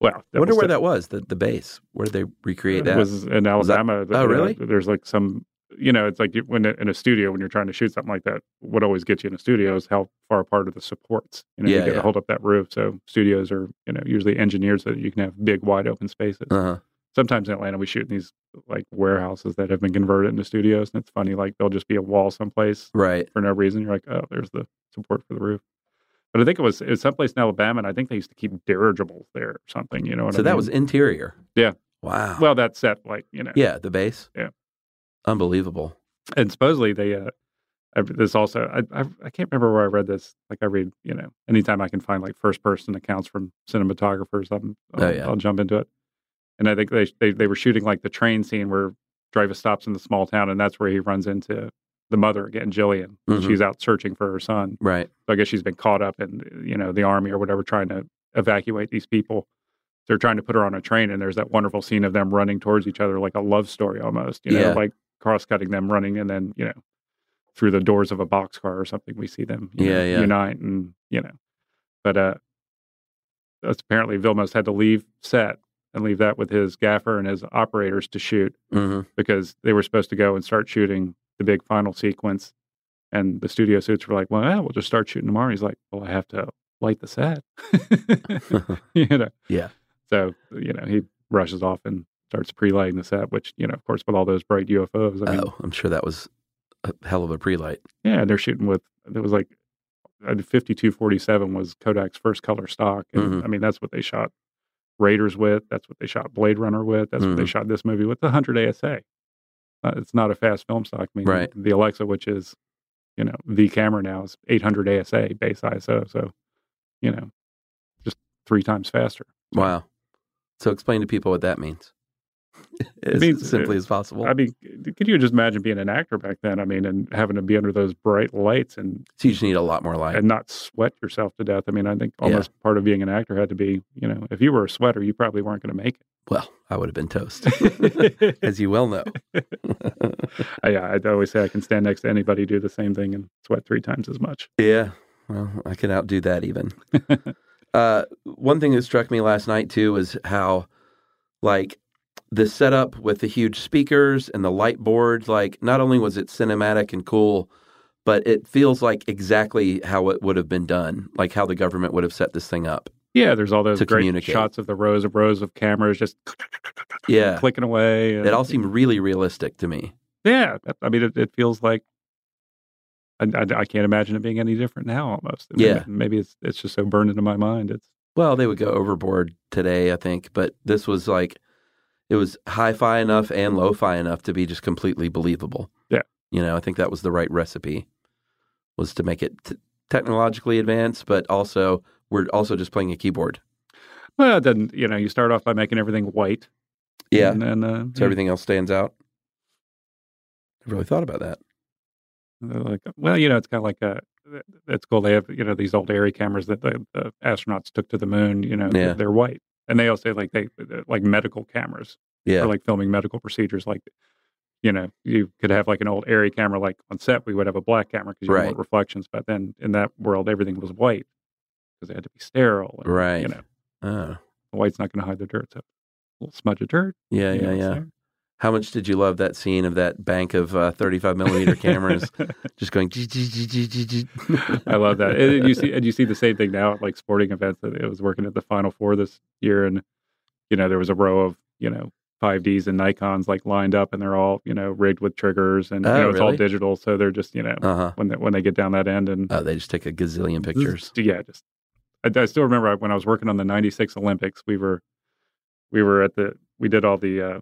B: Well,
A: I wonder
B: was
A: where that was. The the base. Where did they recreate that?
B: was in Alabama.
A: oh, really?
B: There's like some. You know, it's like you, when in a studio when you're trying to shoot something like that. What always gets you in a studio is how far apart are the supports. You know,
A: Yeah,
B: you got
A: yeah.
B: to hold up that roof. So studios are you know usually engineered so that you can have big wide open spaces.
A: uh-huh.
B: sometimes in Atlanta we shoot in these like warehouses that have been converted into studios, and it's funny like there'll just be a wall someplace
A: Right.
B: for no reason. You're like, oh, there's the support for the roof. But I think it was it was someplace in Alabama, and I think they used to keep dirigibles there or something. You know what
A: So
B: I
A: that
B: mean?
A: was interior.
B: Yeah.
A: Wow.
B: well that set like you know
A: yeah, the base.
B: Yeah.
A: Unbelievable.
B: and supposedly they uh I- this also I, I I can't remember where I read this like I read you know anytime I can find like first person accounts from cinematographers I'm, I'll,
A: Oh, yeah.
B: I'll jump into it and I think they, they they were shooting like the train scene where Driver stops in the small town and that's where he runs into the mother again Jillian
A: Mhm.
B: she's out searching for her son
A: Right.
B: so I guess she's been caught up in you know the army or whatever trying to evacuate these people they're trying to put her on a train and there's that wonderful scene of them running towards each other like a love story almost you know
A: Yeah.
B: like cross-cutting them running and then you know through the doors of a boxcar or something we see them you know,
A: Yeah, yeah.
B: unite and you know but uh that's apparently vilmos had to leave set and leave that with his gaffer and his operators to shoot
A: hmm
B: because they were supposed to go and start shooting the big final sequence. And the studio suits were like, well, yeah, we'll just start shooting tomorrow. He's like, well, I have to light the set. you know?
A: Yeah.
B: So, you know, he rushes off and starts pre lighting the set, which, you know, of course, with all those bright UFOs, I mean,
A: oh, I'm sure that was a hell of a pre-light.
B: yeah, they're shooting with, it was like, uh, I mean, 5247 was Kodak's first color stock. And
A: Mhm.
B: I mean, that's what they shot Raiders with. That's what they shot Blade Runner with. That's what they
A: Mhm.
B: shot this movie with, the 100 ASA. Uh, it's not a fast film stock. I mean,
A: Right.
B: the Alexa, which is, you know, the camera now is 800 ASA base ISO. So, you know, just three times faster.
A: Wow. So explain to people what that means. as
B: means- uh,
A: simply as possible.
B: I mean, c- could you just imagine being an actor back then? I mean, and having to be under those bright lights and
A: so you just need a lot more light.
B: and not sweat yourself to death. I mean, I think almost part of being an actor had to be, you know, if you were a sweater, you probably weren't going to make
A: Well, I would have been toast,
B: it.
A: as you well know.
B: I, I always say I can stand next to anybody, do the same thing, and sweat three times as much.
A: Yeah. Well, I can outdo that even. uh, one thing that struck me last night too was how, like, the setup with the huge speakers and the light board, like not only was it cinematic and cool, but it feels like exactly how it would have been done, like how the government would have set this thing up.
B: Yeah, there's all those
A: To
B: great
A: communicate.
B: shots of the rows of rows of cameras just
A: Yeah.
B: clicking away. and-
A: It all seemed really realistic to me.
B: yeah. that- I mean, it, it feels like I, I- I can't imagine it being any different now. Almost. Maybe-
A: Yeah.
B: Maybe it's it's just so burned into my mind. It's
A: Well, they would go overboard today, I think, but this was like it was hi-fi enough and lo-fi enough to be just completely believable.
B: Yeah.
A: You know, I think that was the right recipe was to make it t- technologically advanced, but also we're also just playing a keyboard.
B: well, it doesn't you know you start off by making everything white.
A: Yeah.
B: And then uh,
A: Mm-hmm. So everything else stands out. I really thought about that.
B: They're like, well, you know, it's kind of like a. That's cool. They have you know these old airy cameras that the, the astronauts took to the moon. You know,
A: Yeah.
B: they're white, and they also like they like medical cameras
A: Yeah.
B: for like filming medical procedures. Like, you know, you could have like an old airy camera. Like on set, we would have a black camera because you
A: Right.
B: want reflections. But then in that world, everything was white because they had to be sterile. and,
A: right.
B: You know,
A: oh.
B: white's not going to hide the dirt. So a little smudge of dirt.
A: Yeah,
B: you
A: yeah,
B: know, it's
A: yeah.
B: there.
A: How much did you love that scene of that bank of uh, 35 millimeter cameras just going? "Gee, gee, gee, gee, gee, gee."
B: I love that. And you see, and you see the same thing now at like sporting events. I was working at the Final Four this year, and you know there was a row of you know 5Ds and Nikon's like lined up, and they're all you know rigged with triggers, and
A: Oh,
B: you know, it's all
A: really?
B: digital, so they're just you know
A: Uh huh.
B: when they, when they get down that end and
A: Oh, they just take a gazillion pictures.
B: Yeah, just I, I still remember when I was working on the '96 Olympics, we were we were at the we did all the uh,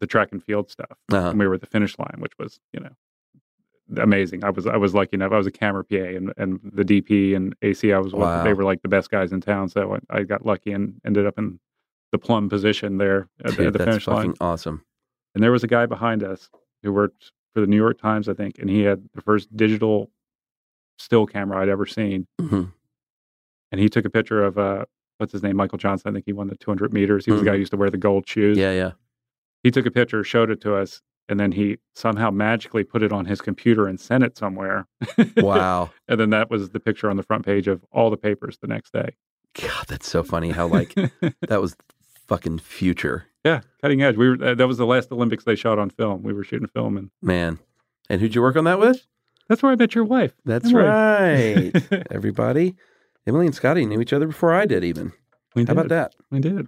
B: the track and field stuff,
A: Uh-huh.
B: and we were at the finish line, which was you know amazing. I was I was lucky enough. I was a camera PA and and the DP and AC I was with.
A: Wow.
B: They were like the best guys in town, so I, I got lucky and ended up in the plum position there at, the
A: Dude,
B: at the
A: that's
B: finish
A: fucking
B: line.
A: awesome.
B: And there was a guy behind us who worked for the New York Times, I think, and he had the first digital still camera I'd ever seen.
A: Mhm.
B: And he took a picture of uh, what's his name, Michael Johnson. I think he won the 200 meters. He was the
A: Mm-hmm.
B: guy who used to wear the gold shoes.
A: Yeah, yeah.
B: He took a picture, showed it to us, and then he somehow magically put it on his computer and sent it somewhere.
A: Wow.
B: and then that was the picture on the front page of all the papers the next day.
A: God, that's so funny how like that was fucking future,
B: Yeah, cutting edge. We were uh, that that was the last Olympics they shot on film. We were shooting film, and
A: man. And who'd you work on that with?
B: that's where I met your wife.
A: That's
B: Emily.
A: right. Everybody, Emily and Scotty knew each other before I did, even.
B: We
A: How about
B: did.
A: that?
B: We did.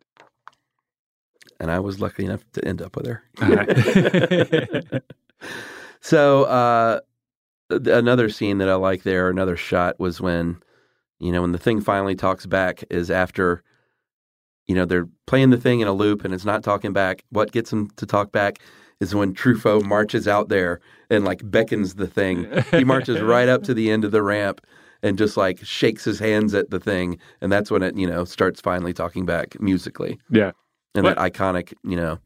A: and I was lucky enough to end up with her.
B: All right.
A: so uh, th- another scene that I like there, another shot was when you know when the thing finally talks back is after you know they're playing the thing in a loop and it's not talking back. What gets them to talk back is when Truffaut marches out there and like beckons the thing. He marches right up to the end of the ramp and just like shakes his hands at the thing and that's when it you know starts finally talking back musically
B: Yeah.
A: and
B: What-
A: that iconic, you know,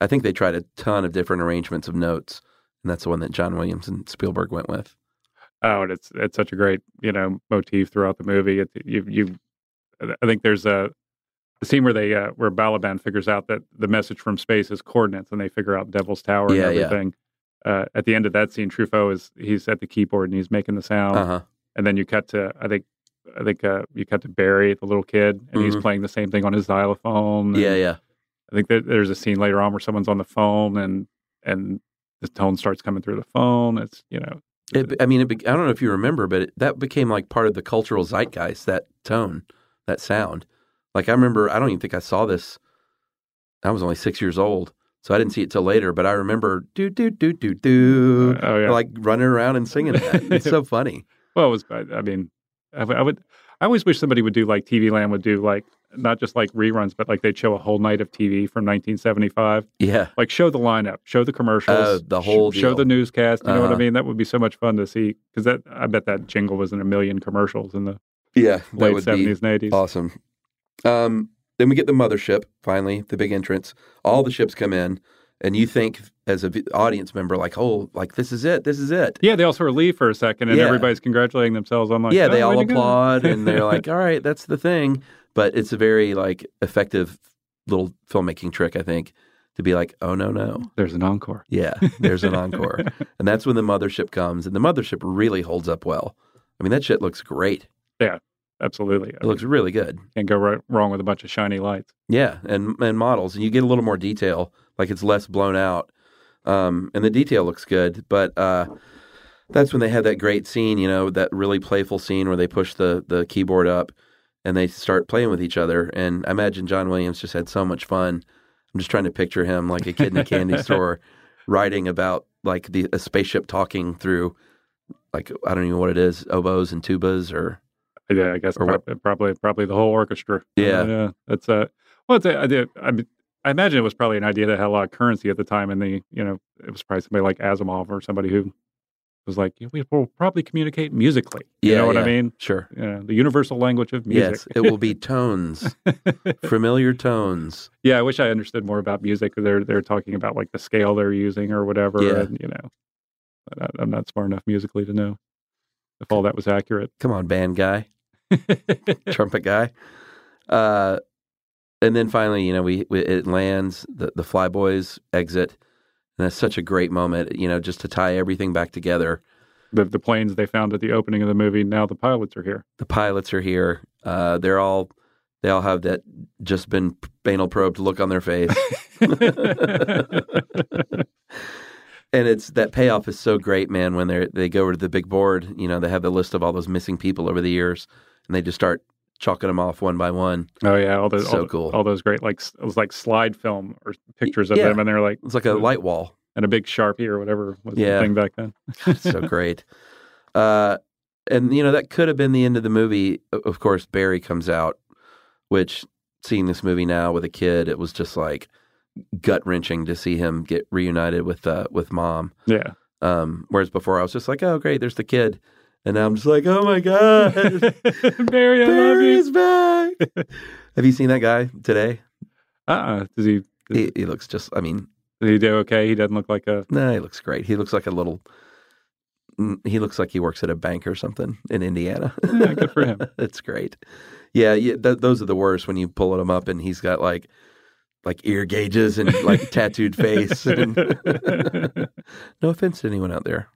A: I think they tried a ton of different arrangements of notes, and that's the one that John Williams and Spielberg went with.
B: Oh, and it's it's such a great you know motif throughout the movie. It, you you, I think there's a, a scene where they uh, where Balaban figures out that the message from space is coordinates, and they figure out Devil's Tower
A: Yeah,
B: and
A: yeah.
B: everything. Uh, at the end of that scene, Truffaut is he's at the keyboard and he's making the sound,
A: Uh huh.
B: and then you cut to I think I think uh, you cut to Barry, the little kid, and he's
A: Mhm.
B: playing the same thing on his xylophone.
A: Yeah,
B: and-
A: yeah.
B: I think that there's a scene later on where someone's on the phone and and the tone starts coming through the phone. It's you know
A: It, I mean, it be, I don't know if you remember, but it, that became like part of the cultural zeitgeist. That tone, that sound. Like I remember, I don't even think I saw this. I was only six years old, so I didn't see it till later. But I remember, do do do do do,
B: Uh, oh, yeah.
A: like running around and singing that. It's so funny.
B: well it was I, I mean I, w- I would I always wish somebody would do like TV Land would do like not just like reruns but like they'd show a whole night of TV from 1975
A: Yeah,
B: like show the lineup show the commercials
A: Oh, the whole
B: show
A: deal.
B: the newscast you know what I
A: Uh-huh.
B: mean that would be so much fun to see because that I bet that jingle was in a million commercials in the
A: yeah. That
B: late
A: would be
B: 70s and 80s
A: Awesome. Um, then we get the mothership finally, the big entrance. All the ships come in, and you think as an audience member, like, oh, like this is it, this is it.
B: yeah they all sort of leave for a second and
A: Yeah.
B: everybody's congratulating themselves I'm like
A: yeah, they
B: "Oh, way
A: all
B: to go."
A: applaud, and they're like, all right, that's the thing. But it's a very like effective little filmmaking trick, I think, to be like, oh no no,
B: there's an encore
A: yeah, there's an encore, and that's when the mothership comes, and the mothership really holds up well. I mean, that shit looks great.
B: absolutely
A: It looks really good.
B: can't go right, wrong with a bunch of shiny lights.
A: Yeah, and and models, and you get a little more detail. like it's less blown out, um, and the detail looks good. But uh, that's when they had that great scene, you know, that really playful scene where they push the the keyboard up and they start playing with each other. And I imagine John Williams just had so much fun. I'm just trying to picture him like a kid in a candy store writing about like the a spaceship talking through like I don't even know what it is, oboes and tubas or
B: Yeah, I guess
A: Or what-
B: prob- eh, probably probably the whole orchestra.
A: Yeah.
B: yeah. That's uh, well, it's a, I, did, I, mean, I imagine it was probably an idea that had a lot of currency at the time, and the you know it was probably somebody like Asimov or somebody who was like, yeah, we will probably communicate musically. You
A: Yeah,
B: know what
A: yeah.
B: I mean?
A: sure.
B: Yeah, the universal language of music.
A: Yes, it will be tones, familiar tones.
B: yeah, I wish I understood more about music. They're they're talking about like the scale they're using or whatever,
A: Yeah.
B: and you know, but I, I'm not smart enough musically to know if all that was accurate.
A: Come on, band guy. trumpet guy. Uh, and then finally, you know, we, we it lands the the Flyboys exit, and that's such a great moment, you know, just to tie everything back together.
B: the the planes they found at the opening of the movie. Now the pilots are here.
A: The pilots are here. Uh, they're all they all have that just been banal probed look on their face, and it's that payoff is so great, man. When they they go over to the big board, you know, they have the list of all those missing people over the years, and they just start chalking them off one by one.
B: Oh yeah, all those
A: So
B: all, the-
A: cool.
B: all those great like s- it was like slide film or pictures of
A: Yeah.
B: them, and they're like
A: It's like a light wall.
B: and a big sharpie or whatever was
A: Yeah.
B: the thing back then.
A: It's so great. Uh, and you know that could have been the end of the movie. O- Of course, Barry comes out, which seeing this movie now with a kid, it was just like gut wrenching to see him get reunited with uh, with mom.
B: Yeah,
A: Um, whereas before, I was just like, oh great, there's the kid, and now I'm just like, oh my god,
B: Barry, I love you.
A: Barry's back. have you seen that guy today?
B: Uh, uh does he? Does
A: He, he looks just. I mean,
B: he do okay? He doesn't look like a.
A: nah, he looks great. He looks like a little. mm, He looks like he works at a bank or something in Indiana.
B: Yeah, good for him.
A: That's great. Yeah, yeah th- those are the worst when you pull him up and he's got like like ear gauges and like tattooed face. And no offense to anyone out there.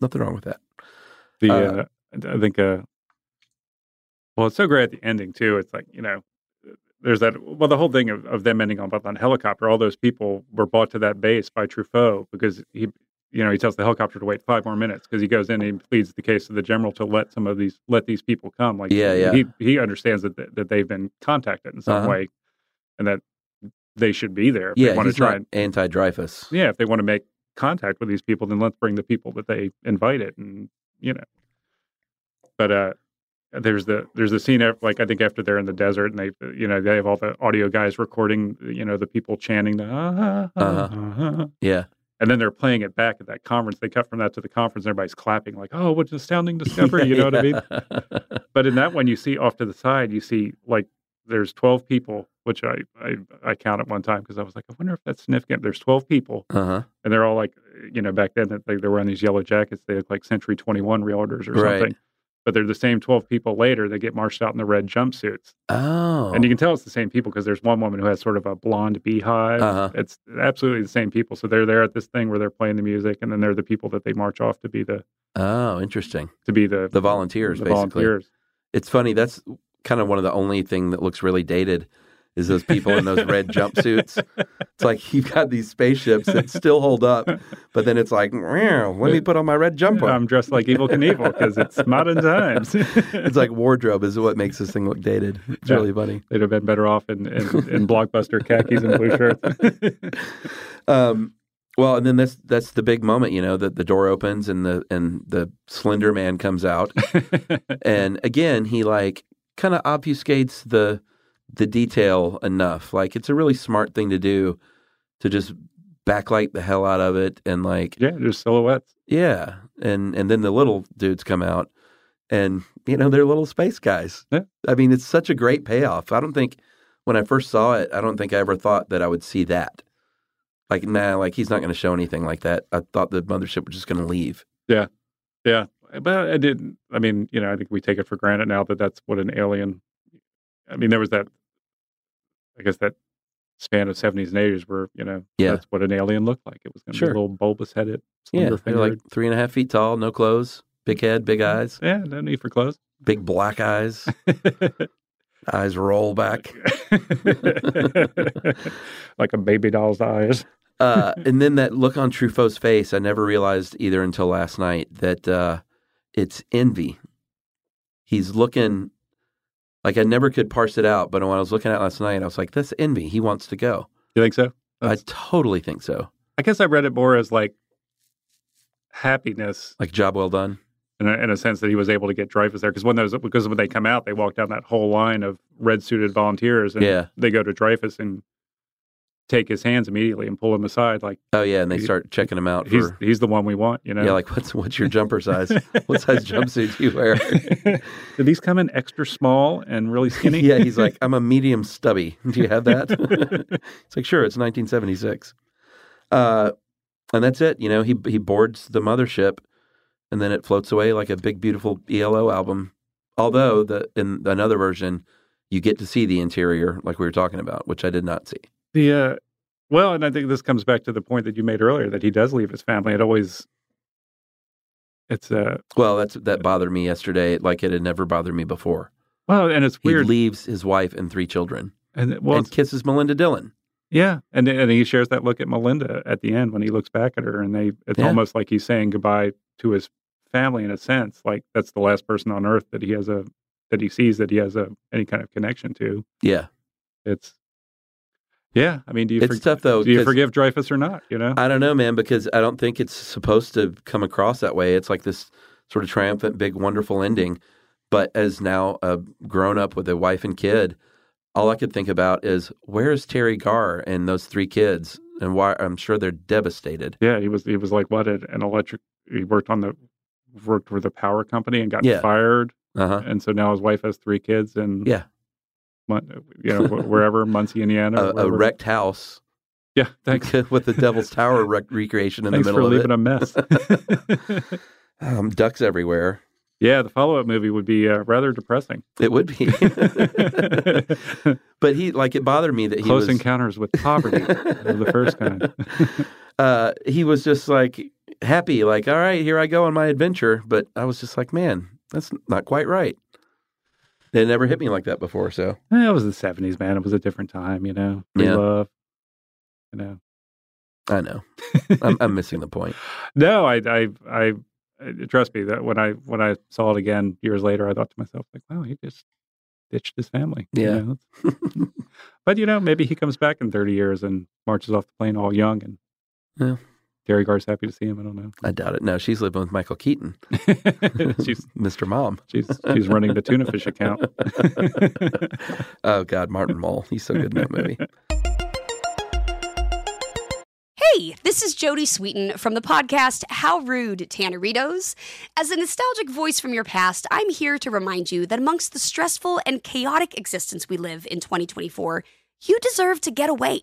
A: Nothing wrong with that.
B: The
A: Uh,
B: uh, I think uh, well, it's so great at the ending too. It's like you know, there's that well, the whole thing of, of them ending on on helicopter. All those people were brought to that base by Truffaut because he, you know, he tells the helicopter to wait five more minutes because he goes in and he pleads the case to the general to let some of these let these people come. Like
A: Yeah, yeah.
B: he he understands that that that they've been contacted in some
A: Uh-huh.
B: way, and that they should be there. If they
A: Yeah,
B: want to
A: he's
B: try
A: not
B: and
A: anti Dreyfus.
B: yeah, if they want to make contact with these people, then let's bring the people that they invited, and you know. But uh, there's the there's the scene af- like I think after they're in the desert and they uh, you know they have all the audio guys recording you know the people chanting the ah, ah, ah, ah,
A: Yeah.
B: and then they're playing it back at that conference. They cut from that to the conference, and everybody's clapping like, "Oh, what an astounding discovery!" You know what I mean?
A: mean?
B: But in that one, you see off to the side, you see like there's 12 people, which I I, I count at one time because I was like, I wonder if that's significant. There's 12 people
A: uh huh.
B: and they're all like, you know, back then they, they were on these yellow jackets. They look like Century 21 realtors or
A: Right.
B: something. But they're the same 12 people later. They get marched out in the red jumpsuits.
A: Oh.
B: And you can tell it's the same people because there's one woman who has sort of a blonde beehive.
A: Uh-huh.
B: It's absolutely the same people. So they're there at this thing where they're playing the music, and then they're the people that they march off to be the
A: oh, interesting.
B: to be the
A: The volunteers,
B: the
A: basically.
B: volunteers.
A: It's funny. That's kind of one of the only thing that looks really dated is those people in those red jumpsuits. It's like you've got these spaceships that still hold up, but then it's like, "Meow, let me put on my red jumper.
B: I'm dressed like Evil Knievel because it's modern times.
A: it's like wardrobe is what makes this thing look dated. It's
B: Yeah.
A: really funny.
B: They'd have been better off in, in, in blockbuster khakis and blue shirts.
A: Um, well, and then that's that's the big moment, you know, that the door opens and the and the slender man comes out, and again he like kind of obfuscates the the detail enough. Like it's a really smart thing to do to just backlight the hell out of it and like
B: yeah, there's silhouettes.
A: yeah, and and then the little dudes come out, and you know they're little space guys.
B: Yeah.
A: I mean, it's such a great payoff. I don't think when I first saw it, I don't think I ever thought that I would see that. Like, nah, like he's not going to show anything like that. I thought the mothership was just going to leave.
B: Yeah, eh, but I didn't. I mean, you know, I think we take it for granted now that that's what an alien. I mean, there was that. I guess that span of seventies and eighties where you know
A: Yeah.
B: that's what an alien looked like. It was going to
A: Sure.
B: be a little bulbous headed,
A: Yeah,
B: slender
A: they're like
B: fingered.
A: three and a half feet tall, no
B: Mm-hmm.
A: clothes, big head, big eyes,
B: Yeah, no need for clothes.
A: big black eyes.
B: but
A: Eyes roll back.
B: like a baby doll's eyes.
A: uh, and then that look on Truffaut's face, I never realized either until last night that uh, it's envy. He's looking like I never could parse it out, but when I was looking at it last night, I was like, "That's envy. He wants to go."
B: You think so? That's-
A: I totally think so.
B: I guess I read it more as like happiness
A: Like job well done.
B: in a, in a sense that he was able to get Dreyfus there because when those because when they come out, they walk down that whole line of red suited volunteers and
A: Yeah.
B: they go to Dreyfus and take his hands immediately and pull him aside like
A: Oh yeah, and they
B: He-
A: start checking him out
B: he's
A: for
B: he's the one we want, you know.
A: yeah, like what's what's your jumper size? what size jumpsuit do you wear?
B: Did these come in extra small and really skinny?
A: yeah, he's like, I'm a medium stubby. Do you have that? it's like, sure, it's 1976. Uh, and that's it. You know, he he boards the mothership, and then it floats away like a big, beautiful ELO album. Although
B: Mm-hmm.
A: the in another version, you get to see the interior, like we were talking about, which I did not see.
B: The uh, well, and I think this comes back to the point that you made earlier that he does leave his family. It always it's uh
A: Well, that's that bothered me yesterday, like it had never bothered me before.
B: well, and it's
A: He
B: weird.
A: leaves his wife and three children,
B: and well,
A: and kisses Melinda Dillon.
B: Yeah, and and he shares that look at Melinda at the end when he looks back at her, and they it's
A: Yeah.
B: almost like he's saying goodbye to his family in a sense, like that's the last person on earth that he has a that he sees that he has a any kind of connection to.
A: Yeah, it's
B: Yeah, I mean, do you forg-
A: tough though.
B: do you
A: 'cause-
B: forgive Dreyfus or not? You know,
A: I don't know, man, because I don't think it's supposed to come across that way. It's like this sort of triumphant, big, wonderful ending. But as now a grown up with a wife and kid, all I could think about is where is Terry Garr and those three kids, and why? I'm sure they're devastated.
B: yeah, he was he was like what an an electric. He worked on the worked for the power company and got
A: Yeah.
B: fired,
A: Uh huh.
B: and so now his wife has three kids and
A: Yeah.
B: Mun- you know wh- wherever Muncie, Indiana,
A: A, a
B: wherever.
A: wrecked house.
B: Yeah, thanks.
A: with the Devil's Tower rec- recreation in
B: Thanks
A: the
B: for
A: middle
B: leaving
A: of
B: a mess.
A: it. um, ducks everywhere.
B: Yeah, the follow up movie would be uh, rather depressing.
A: It would be.
B: Close
A: but he like it bothered me that he was
B: encounters with poverty of the first kind.
A: uh, he was just like happy, like, all right, here I go on my adventure. But I was just like, man, that's not quite right. It never hit me like that before. So
B: Eh, It was the seventies, man. It was a different time, you know. Free
A: Yeah.
B: love. You know.
A: I know I'm, I'm missing the point.
B: No, I, I, I, I- trust me that when I when I saw it again years later, I thought to myself like, wow, he just ditched his family. you
A: Yeah.
B: know? but you know, maybe he comes back in thirty years and marches off the plane all young and.
A: Yeah.
B: Terry Gar's happy to see him. I don't know.
A: I doubt it. No, she's living with Michael Keaton,
B: she's
A: Mr. Mom.
B: she's she's running the tuna fish account.
A: oh God, Martin Mull. He's so good in that movie.
C: Hey, this is Jody Sweeten from the podcast How Rude Tanneritos. As a nostalgic voice from your past, I'm here to remind you that amongst the stressful and chaotic existence we live in 2024, you deserve to get away.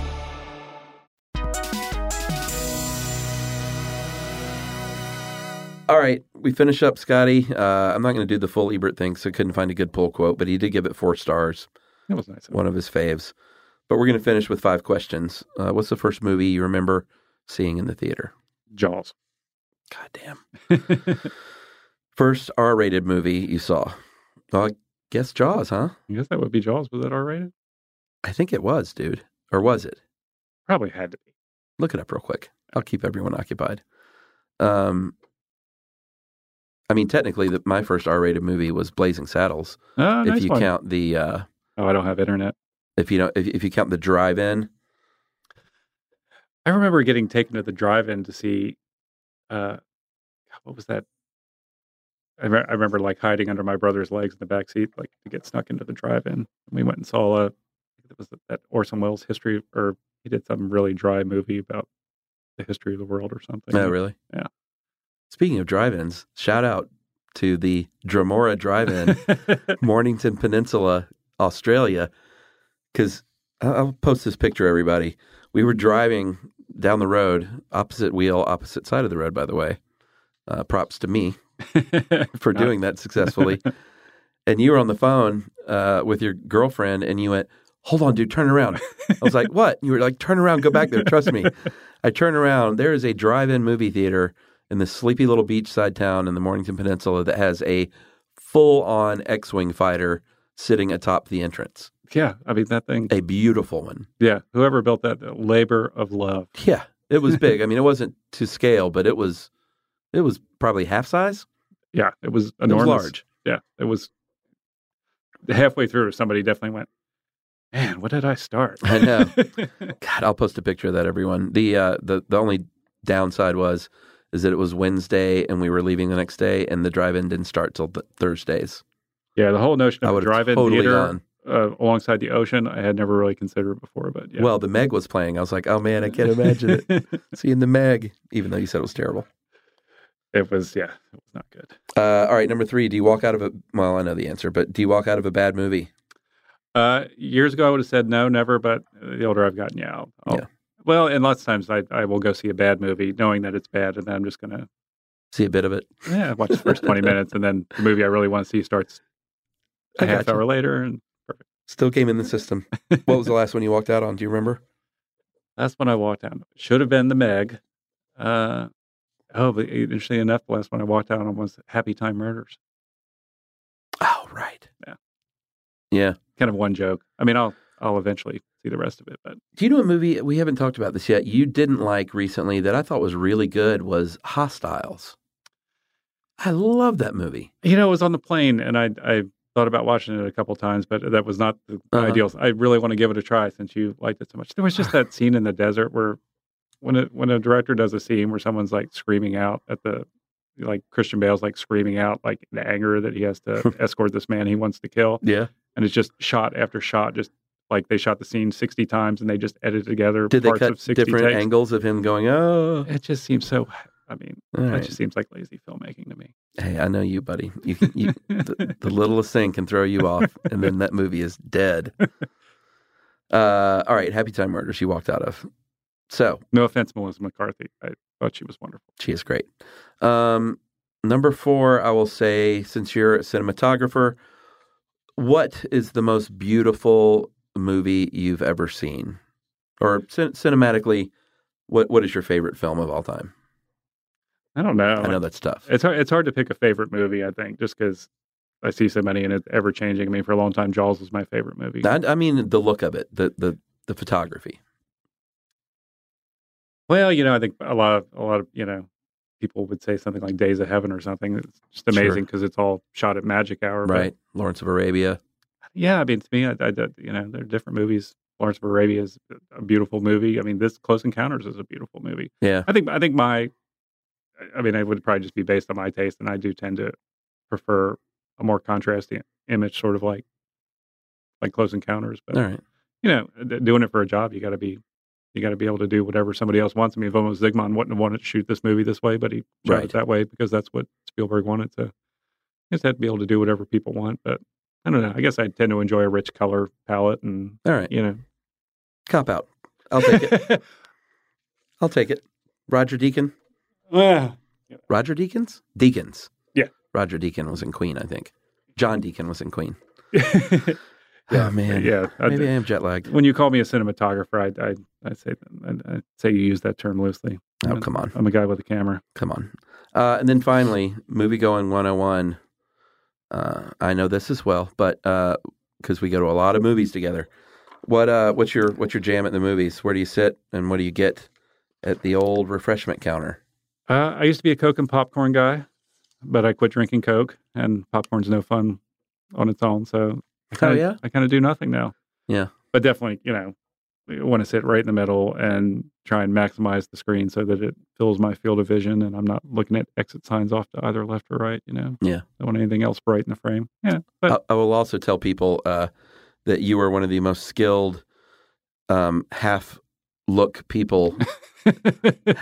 A: All right, we finish up, Scotty. Uh, I'm not going to do the full Ebert thing, so I couldn't find a good pull quote, but he did give it four stars,
B: That was nice.
A: one of his faves. But we're going to finish with five questions. Uh, what's the first movie you remember seeing in the theater?
B: Jaws.
A: God damn. first R-rated movie you saw? Well, I guess Jaws, huh?
B: I guess that would be Jaws. Was that R rated?
A: I think it was, dude. Or was it?
B: Probably had to be.
A: Look it up real quick. I'll keep everyone occupied. Um, I mean, technically, the, my first R-rated movie was Blazing Saddles.
B: Oh, nice
A: if you
B: one.
A: count the uh,
B: Oh, I don't have internet.
A: if you don't, if, if you count the drive-in,
B: I remember getting taken to the drive-in to see, uh, what was that? I, re- I remember like hiding under my brother's legs in the back seat, like to get snuck into the drive-in. And we went and saw uh, it was that Orson Welles history, or he did some really dry movie about the history of the world or something.
A: no, Oh, really,
B: Yeah.
A: Speaking of drive-ins, shout out to the Dramora Drive-in, Mornington Peninsula, Australia, because I'll post this picture, everybody. We were driving down the road, opposite wheel, opposite side of the road. By the way, uh, props to me for doing that successfully. and you were on the phone uh, with your girlfriend, and you went, "Hold on, dude, turn around." I was like, "What?" And you were like, "Turn around, go back there. Trust me." I turn around. There is a drive-in movie theater in this sleepy little beachside town in the Mornington Peninsula that has a full-on X-wing fighter sitting atop the entrance.
B: yeah, I mean that thing.
A: A beautiful one.
B: Yeah, whoever built that, the labor of love.
A: Yeah, it was big. I mean, it wasn't to scale, but it was, it was probably half size.
B: Yeah, it was
A: It was
B: enormous.
A: large.
B: Yeah, it was halfway through. Somebody definitely went, man, what did I start?
A: I know. God, I'll post a picture of that, everyone. The uh, the the only downside was is that it was Wednesday and we were leaving the next day, and the drive-in didn't start till th- Thursdays.
B: Yeah, the whole notion
A: I
B: of a
A: would've
B: drive-in
A: totally
B: theater
A: gone.
B: uh, alongside the ocean, I had never really considered before. But yeah,
A: Well, the Meg was playing. I was like, oh man, I can't imagine it seeing the Meg, even though you said it was terrible.
B: it was yeah, it was not good.
A: Uh, all right, number three. Do you walk out of a? Well, I know the answer, but do you walk out of a bad movie?
B: Uh, years ago, I would have said no, never. But the older I've gotten, yeah, I'll, I'll-
A: Yeah.
B: Well, and lots of times I, I will go see a bad movie knowing that it's bad, and then I'm just gonna
A: See a bit of it.
B: yeah watch the first twenty minutes, and then the movie I really want to see starts a
A: I
B: half
A: gotcha.
B: hour later, and
A: Still came in the system. what was the last one you walked out on? Do you remember?
B: That's when I walked out. Should have been the Meg. Uh, oh, but interestingly enough, the last one I walked out on was Happy Time Murders.
A: Oh, right.
B: Yeah.
A: Yeah.
B: Kind of one joke. I mean, I'll I'll eventually see the rest of it, but
A: Do you know a movie we haven't talked about this yet? You didn't like recently that I thought was really good was Hostiles. I love that movie.
B: you know, it was on the plane, and I I thought about watching it a couple times, but that was not the
A: Uh-huh.
B: ideal. I really want to give it a try since you liked it so much. There was just that scene in the desert where when a, when a director does a scene where someone's like screaming out at the like Christian Bale's like screaming out like the anger that he has to escort this man he wants to kill.
A: Yeah.
B: and it's just shot after shot just like they shot the scene 60 times and they just edited together
A: Did they
B: parts
A: cut
B: of 60
A: different
B: takes.
A: angles of him going, oh?
B: it just seems so i mean
A: All
B: that
A: right.
B: just seems like lazy filmmaking to me
A: Hey, I know you, buddy. You, can- you, the, the littlest thing can throw you off, and then that movie is dead. Uh, all right. Happy Time Murders, you walked out of. So
B: no offense melissa mccarthy i thought she was wonderful
A: She is great. Um, number four, I will say, since you're a cinematographer, what is the most beautiful movie you've ever seen, or cin- cinematically, what what is your favorite film of all time?
B: i don't know
A: I know that's tough.
B: Oh, it's hard it's hard to pick a favorite movie i think just because i see so many and it's ever changing i mean for a long time jaws was my favorite movie
A: I, I mean, the look of it, the the the photography.
B: well you know i think a lot of a lot of you know people would say something like days of heaven or something it's just
A: Sure.
B: amazing because it's all shot at magic hour but
A: Right, Lawrence of Arabia.
B: Yeah, I mean, to me, I, I, I- you know, there are different movies. Lawrence of Arabia is a beautiful movie. I mean, this Close Encounters is a beautiful movie.
A: Yeah,
B: I think, I think my, I mean, it would probably just be based on my taste, and I do tend to prefer a more contrasting image, sort of like like Close Encounters. But
A: All right.
B: you know, d- doing it for a job, you got to be you got to be able to do whatever somebody else wants. I mean, Vomo Zsigmond wouldn't have wanted to shoot this movie this way, but he shot
A: Right.
B: it that way because that's what Spielberg wanted. So you just have to be able to do whatever people want. But I don't know. I guess I tend to enjoy a rich color palette, and
A: All right.
B: you know,
A: Cop out. I'll take it. I'll take it. Roger Deacon.
B: Ah,
A: Roger Deacons? Deacons.
B: Yeah.
A: Roger Deacon was in Queen, I think. John Deacon was in Queen. oh, man.
B: yeah. I-
A: Maybe I am jet lagged.
B: when you call me a cinematographer, I I, I say I, I say you use that term loosely.
A: Oh, come on.
B: I'm a guy with a camera.
A: Come on. Uh, and then finally, movie going 101. Uh, I know this as well, but because we go to a lot of movies together. What uh, what's your what's your jam at the movies? Where do you sit and what do you get at the old refreshment counter?
B: Uh, I used to be a Coke and popcorn guy, but I quit drinking Coke, and popcorn's no fun on its own. So I kinda,
A: Oh, yeah?
B: I kind of do nothing now.
A: Yeah.
B: but definitely, you know, want to sit right in the middle and try and maximize the screen so that it fills my field of vision, and I'm not looking at exit signs off to either left or right. You know,
A: Yeah.
B: don't want anything else bright in the frame. Yeah, but
A: I, I will also tell people uh, that you are one of the most skilled um, half look people,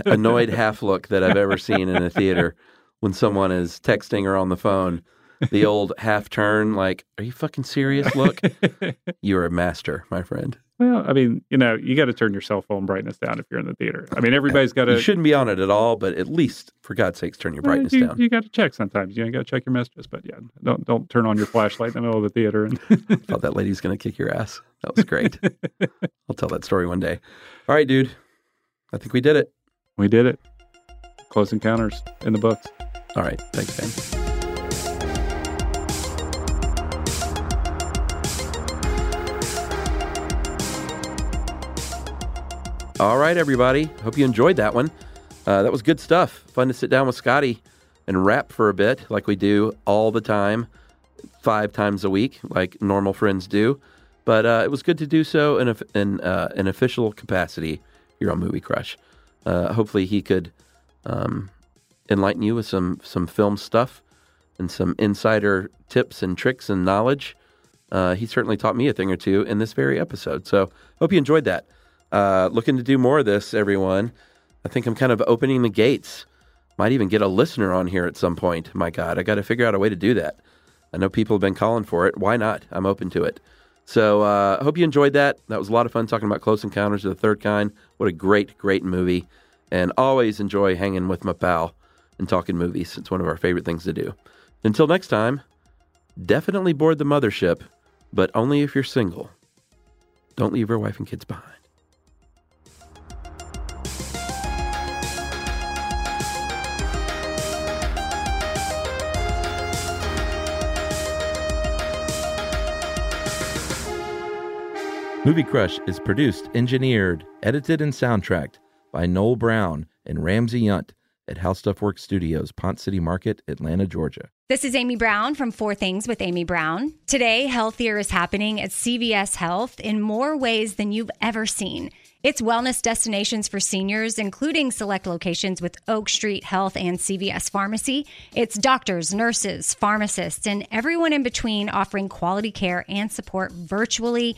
A: annoyed half look that I've ever seen in a theater. When someone is texting or on the phone, the old half turn, like, "Are you fucking serious?" Look, you are a master, my friend.
B: Well, I mean, you know, you got to turn your cell phone brightness down if you're in the theater. I mean, everybody's got to.
A: You shouldn't be on it at all, but at least, for God's sakes, turn your
B: Well,
A: brightness
B: Uh, you,
A: down.
B: You got to check sometimes. You, know, you got to check your messages, but yeah, don't don't turn on your flashlight in the middle of the theater. And
A: Thought that lady's gonna kick your ass. That was great. I'll tell that story one day. All right, dude. I think we did it.
B: we did it. Close Encounters in the books.
A: All right. Thanks, Ben. All right, everybody. Hope you enjoyed that one. Uh, that was good stuff. Fun to sit down with Scotty and rap for a bit, like we do all the time, five times a week, like normal friends do. But uh, it was good to do so in, a, in uh, an official capacity here on Movie Crush. Uh, hopefully, he could um, enlighten you with some some film stuff and some insider tips and tricks and knowledge. Uh, he certainly taught me a thing or two in this very episode. So hope you enjoyed that. Uh, looking to do more of this, everyone. I think I'm kind of opening the gates. Might even get a listener on here at some point. My God, I got to figure out a way to do that. I know people have been calling for it. Why not? I'm open to it. So uh, I hope you enjoyed that. That was a lot of fun talking about Close Encounters of the Third Kind. What a great, great movie. And always enjoy hanging with my pal and talking movies. It's one of our favorite things to do. Until next time, definitely board the mothership, but only if you're single. Don't leave your wife and kids behind.
D: Movie Crush is produced, engineered, edited, and soundtracked by Noel Brown and Ramsey Yunt at How Stuff Works Studios, Pont City Market, Atlanta, Georgia.
E: This is Amy Brown from Four Things with Amy Brown. Today, healthier is happening at CVS Health in more ways than you've ever seen. It's wellness destinations for seniors, including select locations with Oak Street Health and CVS Pharmacy. It's doctors, nurses, pharmacists, and everyone in between offering quality care and support virtually